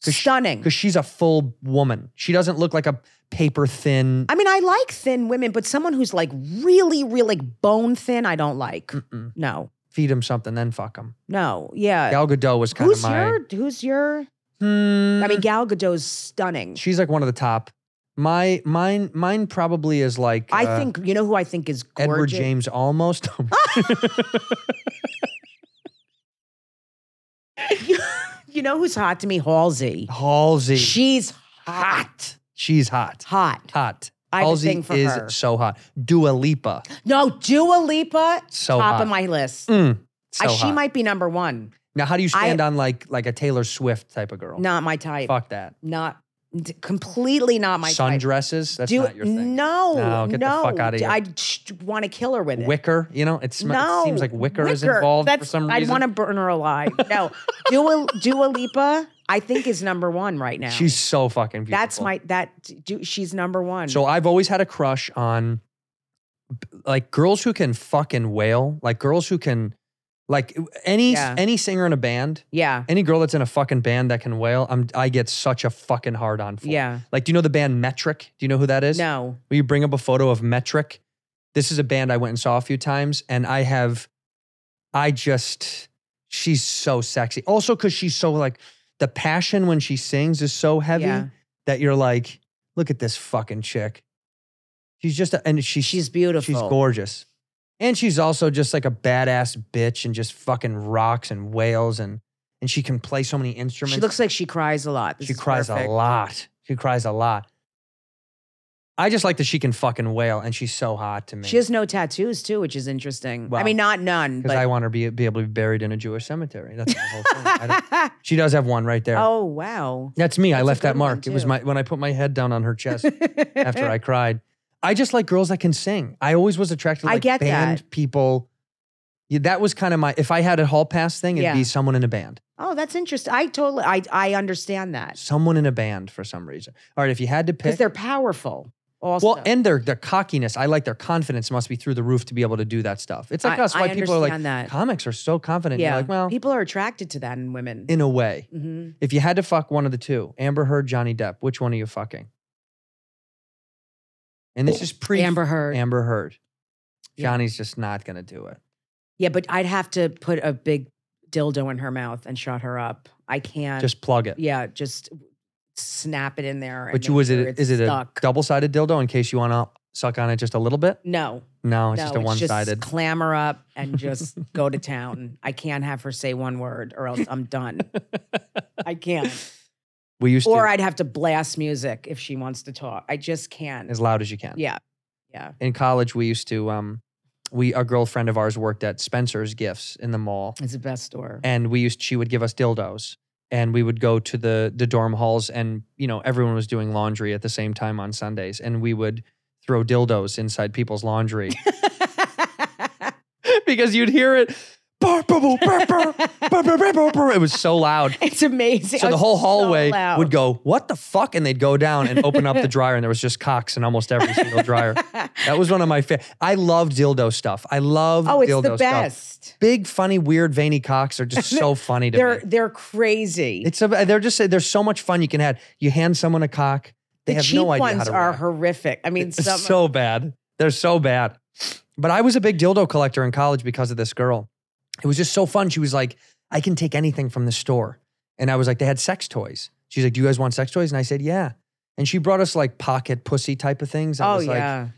I: Stunning.
A: Because she's a full woman. She doesn't look like a paper thin.
I: I mean, I like thin women, but someone who's like really, really like bone thin, I don't like.
A: Mm-mm.
I: No.
A: Feed him something, then fuck him.
I: No. Yeah.
A: Gal Gadot was kind of
I: Uh, who's
A: my.
I: your? Who's your?
A: Hmm.
I: I mean, Gal Gadot's stunning.
A: she's like one of the top. My mine mine probably is like
I: I
A: uh,
I: think you know who I think is gorgeous. Ah!
A: Edward James almost.
I: You know who's hot to me? Halsey.
A: Halsey.
I: She's hot.
A: she's hot.
I: Hot.
A: Hot.
I: I have a
A: Halsey
I: thing for
A: is
I: her.
A: so hot. Dua Lipa.
I: No, Dua Lipa.
A: So
I: top
A: hot.
I: of my list.
A: Mm, so
I: I- she
A: hot.
I: might be number one.
A: now, how do you stand on like like a Taylor Swift type of girl?
I: Not my type.
A: Fuck that.
I: Not d- completely not my type.
A: Sundresses. That's
I: Do-
A: not your thing.
I: No,
A: No, get the
I: no.
A: fuck outta here.
I: I want to kill her with it.
A: Wicker. You know, it, sm-
I: no,
A: it seems like Wicker, is involved
I: That's,
A: for some
I: I'd
A: reason.
I: want to burn her alive. No, Dua, Dua Lipa, I think is number one right now.
A: She's so fucking beautiful.
I: that's my that. Do, she's number one.
A: So I've always had a crush on like girls who can fucking wail, like girls who can, like any
I: Yeah.
A: any singer in a band,
I: yeah,
A: any girl that's in a fucking band that can wail. I'm I get such a fucking hard on for.
I: yeah.
A: Like, do you know the band Metric? Do you know who that is?
I: No,
A: Will you bring up a photo of Metric? This is a band I went and saw a few times, and I have, I just, she's so sexy. Also, because she's so like, the passion when she sings is so heavy
I: Yeah.
A: that you're like, look at this fucking chick. She's just a, and she's
I: She's beautiful.
A: She's gorgeous. And she's also just like a badass bitch and just fucking rocks and wails and and she can play so many instruments.
I: She looks like she cries a lot. This
A: she
I: is
A: cries
I: perfect.
A: a lot. She cries a lot. I just like that she can fucking wail and she's so hot to me.
I: She has no tattoos too, which is interesting.
A: Wow.
I: I mean, not none,
A: because
I: but
A: I want her to be, be able to be buried in a Jewish cemetery. That's the whole thing. I don't- she does have one right there.
I: oh wow,
A: That's me. I
I: a
A: left that
I: good one,
A: mark. It was
I: too.
A: my when I put my head down on her chest after I cried. I just like girls that can sing. I always was attracted to
I: I
A: like
I: get
A: band people. Yeah, that was kind of my if I had a hall pass thing, it'd be
I: Yeah.
A: someone in a band.
I: oh that's interesting. I totally, I I understand that
A: Someone in a band for some reason. All right, if you had to
I: because
A: pick
I: they're powerful. Also,
A: well, and their their cockiness. I like their confidence must be through the roof to be able to do that stuff. It's like
I: I-
A: us why
I: I
A: people are like
I: understand that.
A: comics are so confident.
I: yeah,
A: You're like, well,
I: people are attracted to that in women.
A: in a way.
I: hmm
A: If you had to fuck one of the two, Amber Heard, Johnny Depp, which one are you fucking? And this is pre
I: Amber Heard.
A: Amber Heard.
I: Yeah.
A: Johnny's just not gonna do it.
I: yeah, but I'd have to put a big dildo in her mouth and shut her up. I can't.
A: Just plug it.
I: yeah, just snap it in there.
A: but you was it
I: It's
A: is it
I: stuck.
A: a double sided dildo in case you wanna suck on it just a little bit?
I: no,
A: No, Oh, it's
I: no,
A: just a one sided.
I: clamor up and just go to town. I can't have her say one word, or else I'm done. I can't.
A: We used
I: Or
A: to
I: I'd have to blast music if she wants to talk. I just can't.
A: as loud as you can.
I: Yeah, yeah.
A: In college we used to um we a girlfriend of ours worked at Spencer's Gifts in the mall.
I: It's the best store.
A: and we used she would give us dildos and we would go to the the dorm halls and you know everyone was doing laundry at the same time on Sundays and we would throw dildos inside people's laundry because you'd hear it "Burr, burr, burr, burr, burr, burr, burr, burr, burr." it was so loud
I: it's amazing.
A: so the
I: It's
A: whole hallway
I: loud.
A: would go what the fuck and they'd go down and open up the dryer and there was just cocks in almost every single dryer that was one of my favorite i love dildo stuff i love
I: Oh, it's
A: dildo
I: the
A: stuff
I: best.
A: big funny weird veiny cocks are just so funny to me
I: They're they're crazy.
A: It's a, they're just there's so much fun you can have. You hand someone a cock, they
I: the
A: have
I: cheap
A: no idea how
I: ones
A: to
I: are
A: react.
I: horrific. I mean,
A: It's
I: some,
A: so bad. They're so bad. But I was a big dildo collector in college because of this girl. It was just so fun. She was like, "I can take anything from the store," and I was like, "They had sex toys." She's like, "Do you guys want sex toys?" And I said, "Yeah." And she brought us like pocket pussy type of things. I
I: oh
A: was like,
I: yeah,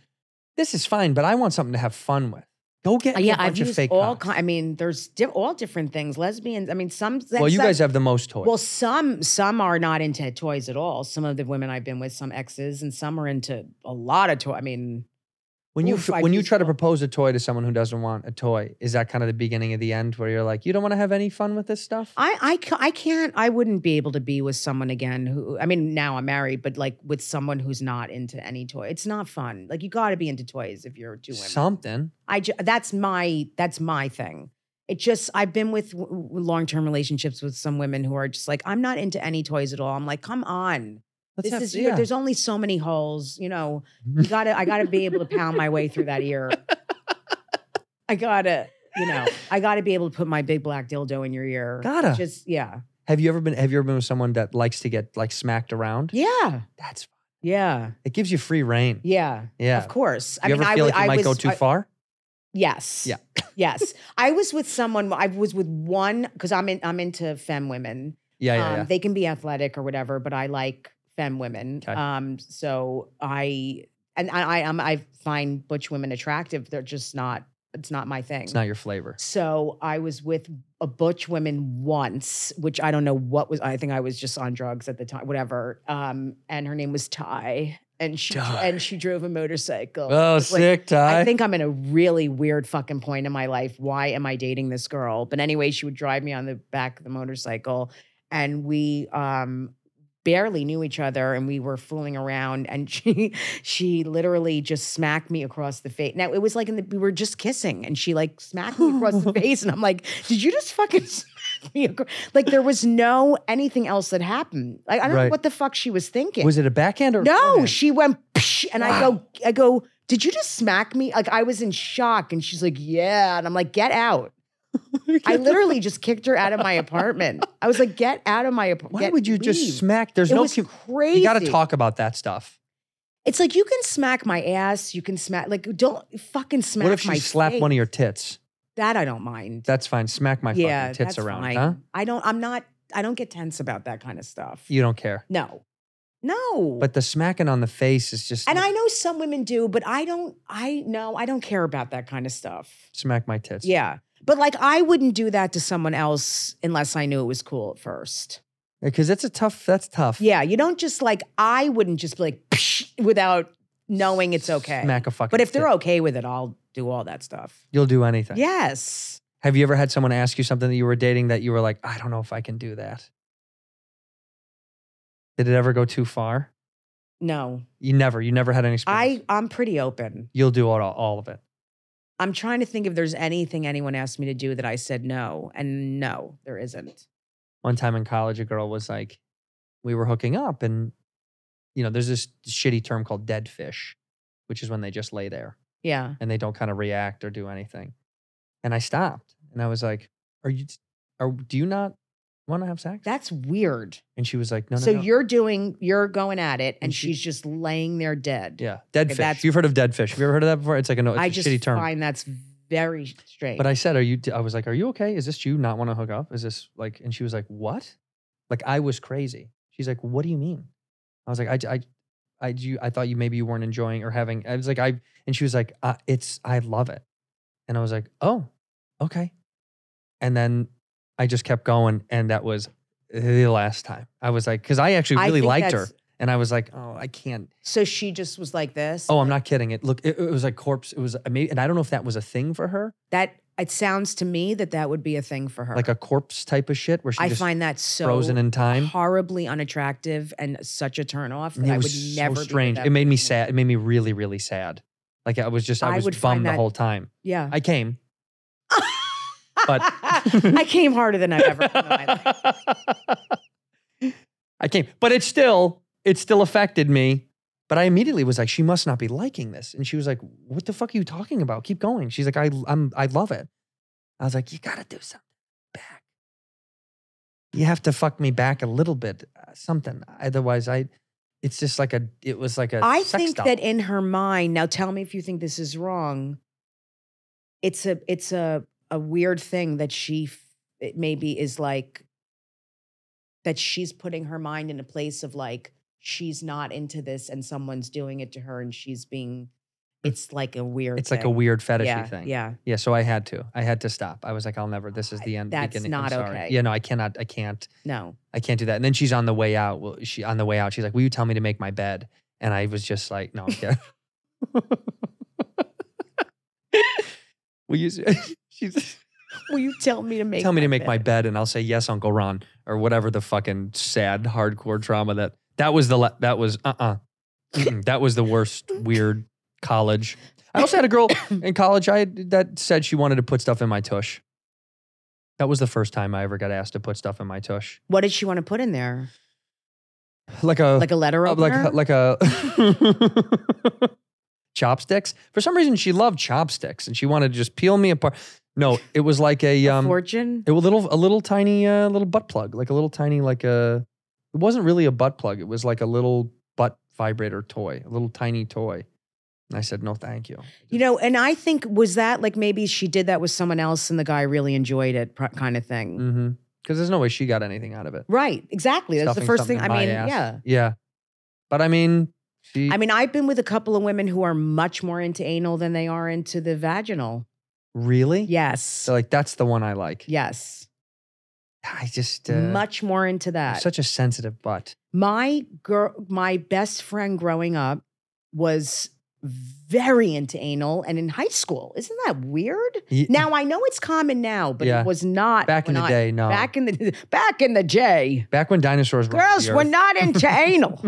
A: "This is fine, but I want something to have fun with. Go get
I: Uh,
A: me
I: yeah.
A: a bunch
I: I've
A: of
I: used
A: fake
I: all.
A: cocks."
I: Ki- I mean, there's di- all different things. Lesbians. I mean, some.
A: well, you
I: some-
A: guys have the most toys.
I: Well, some some are not into toys at all. Some of the women I've been with, some exes, and some are into a lot of toy. I mean,
A: When you
I: Oof,
A: f-
I: I
A: when you
I: just
A: try to
I: don't-
A: propose a toy to someone who doesn't want a toy, is that kind of the beginning of the end where you're like, you don't want to have any fun with this stuff?
I: I I ca- I can't. I wouldn't be able to be with someone again who. I mean, now I'm married, but like with someone who's not into any toy, it's not fun. Like you got to be into toys if you're two women.
A: Something.
I: I ju- that's my that's my thing. It just I've been with w- w- long-term relationships with some women who are just like I'm not into any toys at all. I'm like, come on,
A: Let's
I: this
A: have-
I: is your-
A: yeah.
I: there's only so many holes. You know, you gotta I gotta be able to pound my way through that ear. I gotta you know I gotta be able to put my big black dildo in your ear.
A: Gotta.
I: just yeah
A: Have you ever been have you ever been with someone that likes to get like smacked around?
I: yeah
A: That's
I: yeah
A: it gives you free reign.
I: yeah.
A: Yeah.
I: Of course.
A: you
I: I mean,
A: ever
I: I,
A: feel
I: w-
A: like you
I: I
A: might
I: was
A: go too
I: I-
A: far?
I: Yes.
A: Yeah.
I: yes. I was with someone. I was with one because I'm in. I'm into femme women.
A: Yeah, yeah, yeah.
I: Um, they can be athletic or whatever, but I like femme women.
A: Okay.
I: Um, so I and I, I um, I find butch women attractive. They're just not. It's not my thing.
A: it's not your flavor.
I: so I was with a butch woman once, which I don't know what was. I think I was just on drugs at the time, whatever. Um, and her name was Ty, and she
A: Ty.
I: and she drove a motorcycle.
A: Oh,
I: Like,
A: sick Ty.
I: I think I'm in a really weird fucking point in my life. Why am I dating this girl? But anyway, she would drive me on the back of the motorcycle and we um barely knew each other and we were fooling around and she she literally just smacked me across the face. Now it was like in the we were just kissing and she like smacked me across the face and I'm like, did you just fucking smack me across? like there was no anything else that happened. Like I don't
A: Right.
I: know what the fuck she was thinking.
A: was it a backhand or a
I: No,
A: forehand?
I: she went Psh, and I go, I go, did you just smack me? Like I was in shock. And she's like, yeah. And I'm like, get out. I literally just kicked her out of my apartment. I was like, get out of my apartment.
A: Why would you just smack? There's
I: It
A: no
I: was
A: com-
I: crazy.
A: You got to talk about that stuff.
I: It's like you can smack my ass. You can smack like don't fucking smack.
A: what if she
I: my
A: slapped
I: face.
A: one of your tits?
I: That I don't mind.
A: That's fine. Smack my
I: yeah,
A: fucking tits
I: that's
A: around,
I: fine.
A: huh?
I: I don't. I'm not. I don't get tense about that kind of stuff.
A: You don't care.
I: no, No.
A: But the smacking on the face is just
I: and I know some women do, but I don't. I know I don't care about that kind of stuff.
A: smack my tits.
I: Yeah, but like I wouldn't do that to someone else unless I knew it was cool at first.
A: Because that's a tough that's tough.
I: Yeah, you don't just like I wouldn't just be like "Psh," without knowing it's okay.
A: Smack a fucking
I: But if they're
A: tit.
I: okay with it, I'll do all that stuff.
A: you'll do anything.
I: Yes.
A: Have you ever had someone ask you something that you were dating that you were like, I don't know if I can do that? Did it ever go too far?
I: No.
A: You never, you never had any experience.
I: I I'm pretty open.
A: You'll do all, all of it.
I: I'm trying to think if there's anything anyone asked me to do that I said no, and no, there isn't.
A: One time in college, a girl was like, we were hooking up, and you know, there's this shitty term called dead fish, which is when they just lay there.
I: Yeah.
A: and they don't kind of react or do anything. And I stopped and I was like, Are you, are, do you not want to have sex?
I: That's weird.
A: and she was like, No, no,
I: so
A: no.
I: you're doing, you're going at it, and,
A: And she-
I: she's just laying there dead.
A: yeah, dead
I: Okay,
A: fish.
I: that's-
A: You've heard of dead fish. Have you ever heard of that before? It's like a, no, it's
I: I
A: a
I: just
A: shitty term.
I: find that's very strange.
A: But I said, Are you, I was like, Are you okay? Is this you not want to hook up? Is this like, and she was like, What? Like, I was crazy. She's like, What do you mean? I was like, I, I, I, you, I thought you maybe you weren't enjoying or having. I was like, I, and she was like, uh, it's, I love it. And I was like, oh, okay. And then I just kept going. And that was the last time. I was like, because I actually
I: I
A: really
I: think
A: liked her.
I: that's-
A: And I was like, oh, I can't.
I: So she just was like this.
A: Oh, I'm not kidding. It look, it, it was like corpse. It was, I mean, and I don't know if that was a thing for her,
I: That it sounds to me that that would be a thing for her.
A: like a corpse type of shit where she
I: I
A: just
I: find that so
A: frozen in time.
I: horribly unattractive and such a turnoff
A: And
I: that
A: it
I: I would
A: was so
I: never. be with
A: strange.
I: that
A: It made me
I: person.
A: sad. It made me really, really sad. Like I was just, I,
I: I
A: was
I: would find
A: bummed the
I: that-
A: whole time.
I: Yeah,
A: I came, but
I: I came harder than I've ever. come in my life.
A: I came, but it still it still affected me. But I immediately was like, she must not be liking this, and she was like, "What the fuck are you talking about? Keep going." She's like, "I I'm I love it." I was like, "You gotta do something back. You have to fuck me back a little bit, uh, something. Otherwise, I." It's just like a. It was like a.
I: I
A: sex
I: think
A: doll.
I: that in her mind, now tell me if you think this is wrong. It's a it's a a weird thing that she f- it maybe is like that she's putting her mind in a place of like she's not into this and someone's doing it to her and she's being it's like a weird
A: Hmm. it's like a
I: thing.
A: weird fetishy
I: yeah,
A: thing.
I: Yeah.
A: Yeah, so I had to. I had to stop. I was like, I'll never. This is the end.
I: That's
A: beginning. I'm
I: not
A: sorry.
I: okay.
A: Yeah, no, I cannot. I can't.
I: No.
A: I can't do that. And then she's on the way out. Well, she on the way out. She's like, "Will you tell me to make my bed?" And I was just like, "No, I'm kidding." Will you? She's
I: Will you tell me to make
A: tell me to make my bed, and I'll say yes, Uncle Ron, or whatever the fucking sad hardcore trauma that that was the la- that was uh uh that was the worst weird college. I also had a girl in college I had- that said she wanted to put stuff in my tush. That was the first time I ever got asked to put stuff in my tush,
I: What did she want to put in there?
A: like a
I: Like a letter
A: uh,
I: opener?
A: like a like a chopsticks. For some reason, she loved chopsticks, and she wanted to just peel me apart. No, it was like a
I: A
A: um,
I: fortune?
A: it was a little a little tiny uh, little butt plug, like a little tiny like a. It wasn't really a butt plug. It was like a little butt vibrator toy, a little tiny toy. And I said, "No, thank you."
I: You know, and I think was that like maybe she did that with someone else and the guy really enjoyed it, pro- kind of thing.
A: Because Mm-hmm. there's no way she got anything out of it.
I: Right? Exactly. That's
A: Stuffing
I: the first
A: something
I: thing. I
A: in my
I: mean,
A: ass.
I: yeah.
A: yeah. But I mean, she.
I: I mean, I've been with a couple of women who are much more into anal than they are into the vaginal.
A: really?
I: Yes.
A: So like, that's the one I like.
I: yes.
A: I just uh,
I: much more into that.
A: such a sensitive butt.
I: my girl, my best friend growing up was very into anal and in high school. Isn't that weird?
A: Ye-
I: Now I know it's common now, but
A: Yeah.
I: it was not
A: back in
I: when
A: the
I: I-
A: day, uh, no. Back,
I: Back in the back in the J.
A: when dinosaurs were
I: Girls
A: the
I: were
A: earth.
I: not into anal.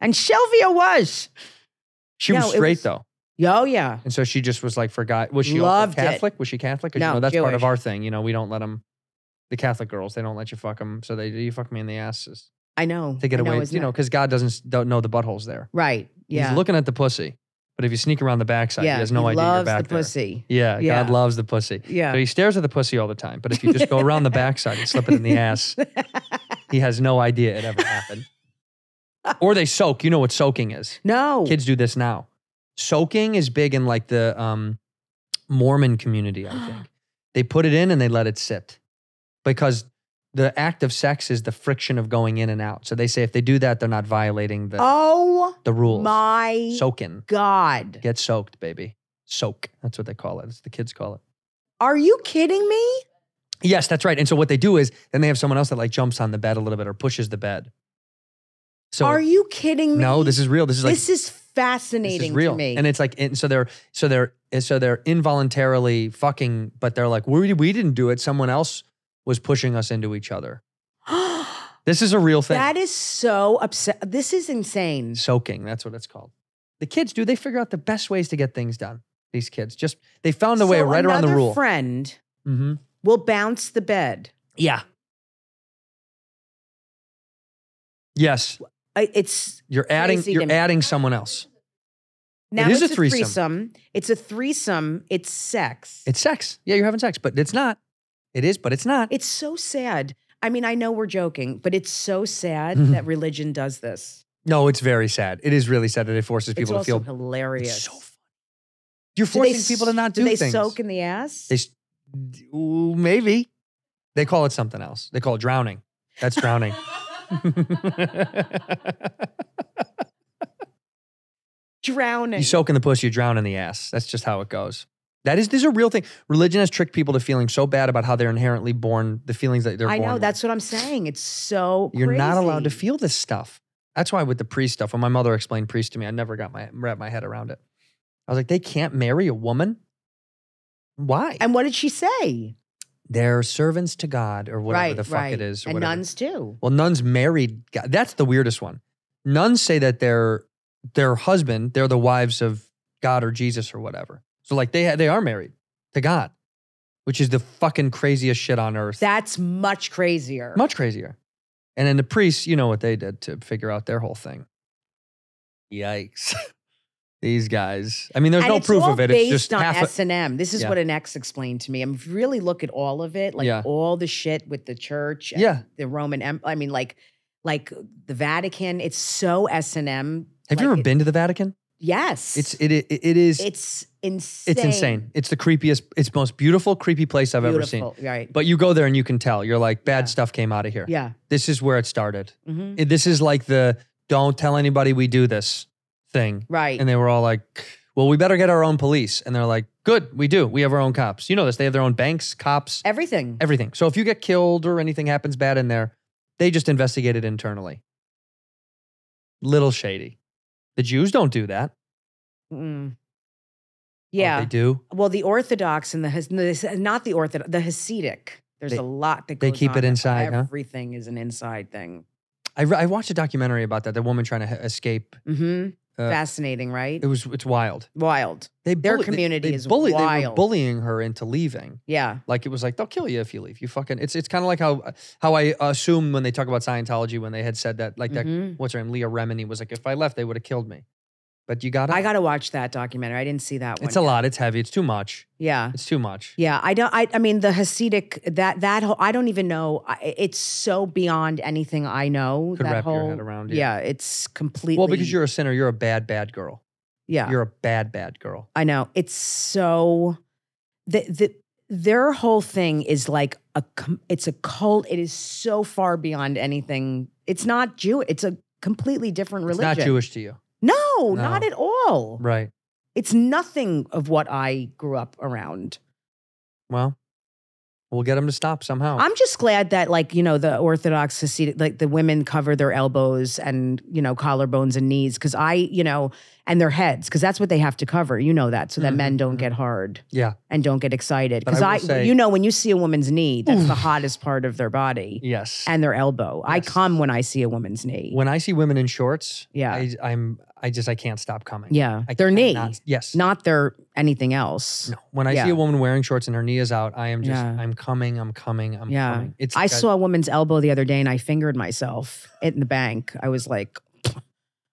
I: And Sylvia was.
A: She was
I: No, it
A: straight
I: was-
A: though,
I: Oh, yeah.
A: and so she just was like forgot. Was she also
I: Loved it.
A: Catholic? Was she Catholic? 'Cause, you
I: No,
A: know, that's part of
I: Jewish.
A: our thing. You know, we don't let them. The Catholic girls, they don't let you fuck them, so they you fuck me in the asses
I: I know.
A: to get
I: I
A: away.
I: isn't
A: You know,
I: it?
A: because God doesn't don't know the buttholes there.
I: Right. Yeah.
A: He's looking at the pussy, but if you sneak around the backside,
I: yeah.
A: he has no idea
I: loves
A: you're back
I: the
A: there.
I: pussy.
A: Yeah, God
I: Yeah.
A: loves the pussy.
I: Yeah.
A: So he stares at the pussy all the time. But if you just go around the backside and slip it in the ass, he has no idea it ever happened. Or they soak. You know what soaking is.
I: No.
A: Kids do this now. Soaking is big in like the um, Mormon community, I think. they put it in and they let it sit because the act of sex is the friction of going in and out. So they say if they do that, they're not violating the
I: Oh
A: the rules.
I: my
A: Soaking.
I: God.
A: Get soaked, baby. Soak. That's what they call it. That's what the kids call it.
I: Are you kidding me?
A: Yes, that's right. And so what they do is then they have someone else that like jumps on the bed a little bit or pushes the bed. So
I: Are you kidding me?
A: no, this is real. This is like
I: this is fascinating
A: this is real.
I: to me.
A: And it's like, and so they're, so they're, and so they're involuntarily fucking, but they're like, we, we didn't do it. Someone else was pushing us into each other. This is a real thing.
I: that is so upset. This is insane.
A: Soaking. That's what it's called. The kids do. They figure out the best ways to get things done. These kids just, they found a way
I: So
A: right around the
I: another
A: rule.
I: friend
A: mm-hmm.
I: will bounce the bed.
A: Yeah. Yes.
I: I- It's
A: You're adding,
I: Crazy to
A: you're
I: me.
A: adding someone else.
I: now
A: It is
I: it's
A: a
I: a
A: threesome.
I: threesome. It's a threesome. It's sex.
A: It's sex. Yeah. You're having sex, but it's not. It is, but it's not.
I: It's so sad. I mean, I know we're joking, but it's so sad
A: Mm-hmm.
I: that religion does this.
A: no, it's very sad. It is really sad that it forces
I: It's
A: people to
I: also
A: feel
I: hilarious.
A: It's so fun. You're
I: Do they
A: forcing people to not do,
I: do they
A: things.
I: soak in the ass?
A: They s- d- ooh, maybe they call it something else. They call it drowning. That's drowning.
I: Drowning.
A: you soak in the pussy, you drown in the ass. That's just how it goes. That is, this is a real thing. Religion has tricked people to feeling so bad about how they're inherently born, the feelings that they're
I: I
A: born
I: know.
A: with.
I: That's what I'm saying. It's so
A: You're not allowed to
I: crazy.
A: feel this stuff. That's why with the priest stuff, when my mother explained priest to me, I never got my wrap my head around it. I was like, they can't marry a woman. Why?
I: And what did she say?
A: they're servants to God or whatever
I: right,
A: the fuck
I: right.
A: it is. Or
I: and
A: whatever.
I: nuns too.
A: Well, nuns married. God. That's the weirdest one. Nuns say that their their husband, they're the wives of God or Jesus or whatever. So like they ha- they are married to God, which is the fucking craziest shit on earth.
I: That's much crazier.
A: Much crazier. And then the priests, you know what they did to figure out their whole thing. Yikes. These guys. I mean, there's
I: and
A: no
I: it's
A: proof
I: all
A: of it.
I: Based
A: It's just
I: on
A: half.
I: S and M. This is
A: Yeah.
I: what an ex explained to me. I'm really look at all of it, like
A: Yeah.
I: all the shit with the church.
A: a,
I: and
A: yeah.
I: the Roman Empire. I mean, like, like the Vatican. It's so S and M.
A: Have you ever been to the Vatican?
I: Yes,
A: It's it it, it is
I: it's insane.
A: It's insane. It's the creepiest, it's most beautiful, creepy place I've ever seen.
I: Beautiful, Right?
A: But you go there and you can tell. You're like, bad
I: Yeah.
A: stuff came out of here.
I: yeah.
A: This is where it started.
I: hmm
A: It- This is like the don't tell anybody we do this thing.
I: Right.
A: And they were all like, well, we better get our own police. And they're like, good, we do. We have our own cops. You know this. They have their own banks, cops,
I: Everything.
A: everything. So if you get killed or anything happens bad in there, they just investigate it internally. Little shady. The Jews don't do that.
I: Mm.
A: Oh,
I: Yeah.
A: they do.
I: well, the Orthodox and the Has- no, this- not the Orthodox, the Hasidic. There's
A: They-
I: a lot that
A: they
I: goes
A: keep
I: on
A: it
I: there.
A: inside, huh?
I: Everything is an inside thing.
A: I, re- I watched a documentary about that. The woman trying to h- escape.
I: hmm
A: Uh,
I: Fascinating, right?
A: It was it's wild.
I: Wild.
A: They
I: Their
A: bullied- they-
I: community
A: they
I: is
A: bullied- They were
I: wild.
A: bullying her into leaving.
I: Yeah.
A: Like it was like they'll kill you if you leave. You fucking. It's it's kind of like how how I assume when they talk about Scientology when they had said that like that.
I: Mhm.
A: What's her name? Leah Remini was like, if I left, they would have killed me. But you got.
I: I got to watch that documentary. I didn't see that one.
A: It's a lot. It's heavy. It's too much.
I: Yeah.
A: It's too much.
I: Yeah, I don't. I, I mean, the Hasidic that that whole. I don't even know. I, it's so beyond anything I know.
A: Could
I: that
A: wrap your
I: whole,
A: head around, yeah.
I: Yeah. it's completely.
A: Well, because you're a sinner, you're a bad bad girl.
I: Yeah,
A: You're a bad bad girl.
I: I know. It's so the the their whole thing is like a com- it's a cult. It is so far beyond anything. It's not Jew. It's a completely different
A: It's
I: religion.
A: not Jewish to you,
I: No, not
A: No.
I: at all.
A: right?
I: It's nothing of what I grew up around.
A: Well, we'll get them to stop somehow.
I: I'm just glad that, like, you know, the Orthodox Hasidic, like the women cover their elbows and, you know, collarbones and knees because I, you know, and their heads because that's what they have to cover. You know that so that men don't get hard
A: yeah,
I: and don't get excited.
A: Mm-hmm, But
I: Because
A: I will
I: I,
A: say-
I: you know, when you see a woman's knee, that's the hottest part of their body
A: yes.
I: and their elbow. I
A: Yes.
I: come when I see a woman's knee.
A: when I see women in shorts,
I: Yeah.
A: I, I'm I just I can't stop coming.
I: yeah.
A: I
I: their knee,
A: cannot- yes,
I: not their anything else.
A: no. When I see
I: Yeah.
A: a woman wearing shorts and her knee is out, I am just
I: Yeah.
A: I'm coming, I'm coming, I'm
I: Yeah.
A: coming. It's
I: I
A: like
I: saw a woman's elbow the other day and I fingered myself in the bank. I was like,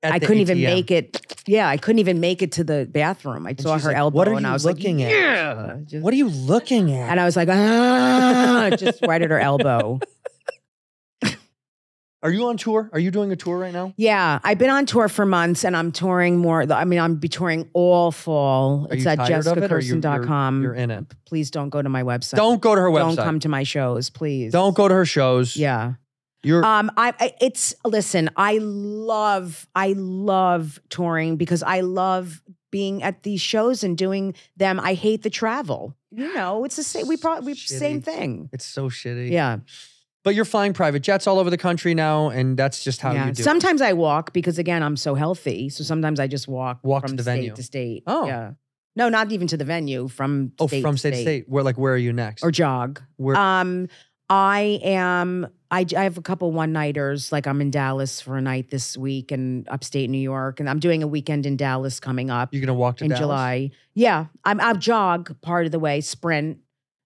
I: I couldn't even make it. Yeah, I couldn't even make it to the bathroom. I saw
A: she's
I: her
A: like,
I: elbow,
A: "What are
I: and
A: you
I: I was
A: looking at?"
I: like, "Yeah." Just-
A: What are you looking at?
I: Ah, and I was like, ah, just right at her elbow.
A: Are you on tour? Are you doing a tour right now?
I: Yeah, I've been on tour for months and I'm touring more. I mean, I'm be touring all fall.
A: Are
I: it's
A: you
I: at
A: tired of it, or you're- you're-
I: jessicacurson.com.
A: you're in it?
I: Please don't go to my website.
A: Don't go to her
I: Don't
A: website.
I: come to my shows, please.
A: Don't go to her shows.
I: Yeah.
A: You're
I: Um, I, I it's listen, I love I love touring because I love being at these shows and doing them. I hate the travel. You know, it's the same we probably
A: Shitty.
I: same thing.
A: it's so shitty.
I: Yeah.
A: But you're flying private jets all over the country now, and that's just how
I: yeah.
A: you do it.
I: sometimes I walk because again, I'm so healthy. So sometimes I just walk,
A: Walk
I: from
A: to the
I: state
A: venue.
I: to state.
A: Oh.
I: Yeah. No, not even to the venue, from
A: Oh,
I: state
A: from
I: to
A: state to state. Where like where are you next?
I: Or jog.
A: Where-
I: Um, I am. I, I have a couple one nighters. Like I'm in Dallas for a night this week, and upstate New York, and I'm doing a weekend in Dallas coming up
A: you're gonna walk to
I: in
A: Dallas?
I: July. Yeah, I'm. I jog part of the way, sprint.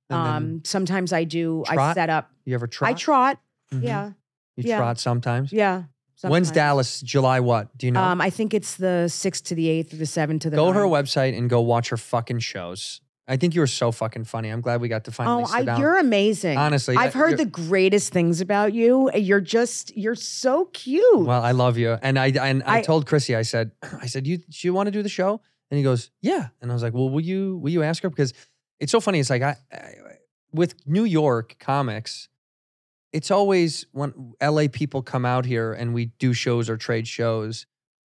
A: And then
I: Um, sometimes I do. I
A: trot?
I: set up.
A: You ever trot?
I: I trot.
A: Mhm.
I: Yeah,
A: You
I: yeah.
A: trot sometimes.
I: yeah.
A: When's
I: sometimes.
A: Dallas? July what? Do you know?
I: Um, I think it's the sixth to the eighth, or the seventh to the.
A: go to her
I: ninth.
A: website and go watch her fucking shows. I think you were so fucking funny. I'm glad we got to finally
I: Oh,
A: sit
I: I,
A: down.
I: you're amazing.
A: Honestly,
I: I've
A: I-
I: heard
A: you're-
I: the greatest things about you. You're just, you're so cute.
A: well, I love you, and I and I,
I: I-
A: told Chrissy, I said, I said, you do you want to do the show? And he goes, yeah. And I was like, well, will you will you ask her because it's so funny. It's like I, I with New York comics, it's always when LA people come out here and we do shows or trade shows.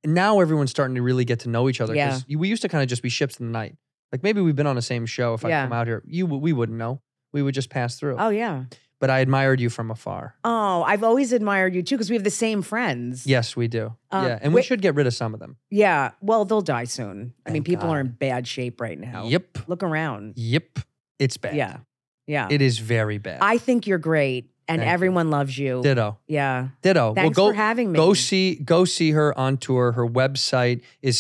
A: And now everyone's starting to really get to know each other. 'cause We used to kind of just be ships in the night. Like maybe we've been on the same show. If I
I: Yeah.
A: come out here, you we wouldn't know. We would just pass through.
I: oh yeah.
A: But I admired you from afar.
I: Oh, I've always admired you too because we have the same friends.
A: Yes, we do.
I: Um,
A: yeah, and we
I: wait-
A: should get rid of some of them.
I: Yeah. Well, they'll die soon. I mean,
A: Thank
I: people
A: God.
I: are in bad shape right now.
A: Yep.
I: Look around.
A: Yep. It's bad.
I: Yeah. Yeah.
A: It is very bad.
I: I think you're great, and
A: Thank you.
I: everyone loves you.
A: Ditto.
I: yeah.
A: Ditto.
I: Thanks
A: well, go
I: for having me.
A: go see go see her on tour. Her website is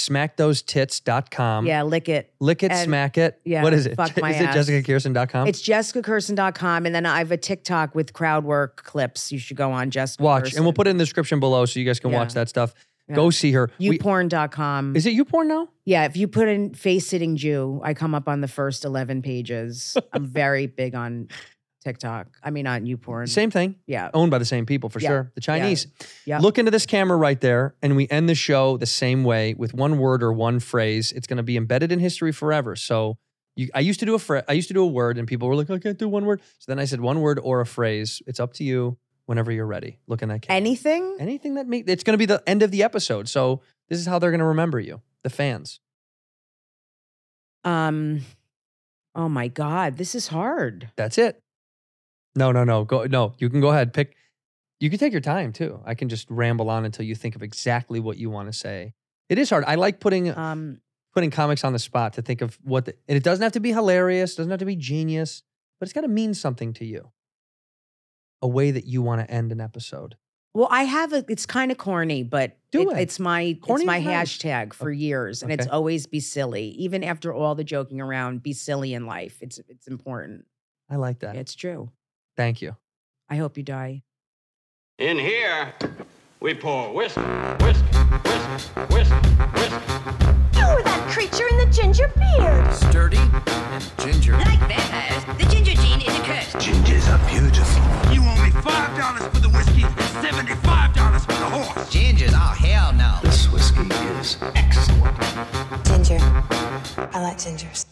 A: smackthose.tits.com.
I: Yeah, lick it.
A: Lick it,
I: And-
A: smack it.
I: yeah,
A: What is it?
I: fuck my
A: is
I: ass.
A: it jessicakirsten.com?
I: It's jessicacurson.com. And then I have a TikTok with crowd work clips. You should go on Jessica.
A: watch.
I: Curson.
A: And we'll put it in the description below so you guys can watch
I: Yeah.
A: that stuff.
I: Yeah.
A: Go see her. We-
I: youporn.com.
A: is it you porn now?
I: Yeah, if you put in face sitting Jew, I come up on the first 11 pages. I'm very big on TikTok. I mean, on YouPorn.
A: Same thing.
I: Yeah.
A: Owned by the same people for
I: Yeah.
A: sure. The Chinese.
I: Yeah.
A: Look into this camera right there, and we end the show the same way with one word or one phrase. It's going to be embedded in history forever. So, you, I used to do a fra- I used to do a word, and people were like, "I can't do one word." So then I said one word or a phrase. It's up to you. Whenever you're ready, look in that camera.
I: Anything?
A: anything that make it's going to be the end of the episode. So this is how they're going to remember you, the fans.
I: Um Oh my god, this is hard.
A: That's it. No, no, no. Go no. You can go ahead. Pick. You can take your time too. I can just ramble on until you think of exactly what you want to say. It is hard. I like putting
I: Um
A: putting comics on the spot to think of what the, and it doesn't have to be hilarious, doesn't have to be genius, but it's got to mean something to you. A way that you want to end an episode.
I: well, I have a it's kind of corny, but
A: Do it.
I: it's my
A: Corny
I: it's my
A: is nice.
I: hashtag for years and it's
A: Okay.
I: always be silly. Even after all the joking around, be silly in life. It's it's important.
A: I like that.
I: It's true.
A: Thank you.
I: I hope you die.
B: In here, we pour whisk, whisk, whisk, whisk, whisk.
E: You were that creature in the ginger beard.
D: Sturdy and ginger.
E: Like vampires, the ginger gene is a curse.
F: Gingers are beautiful.
G: You owe me five dollars for the whiskey and seventy-five dollars for the horse.
D: Gingers, oh hell no.
F: This whiskey is excellent.
H: Ginger. I like gingers.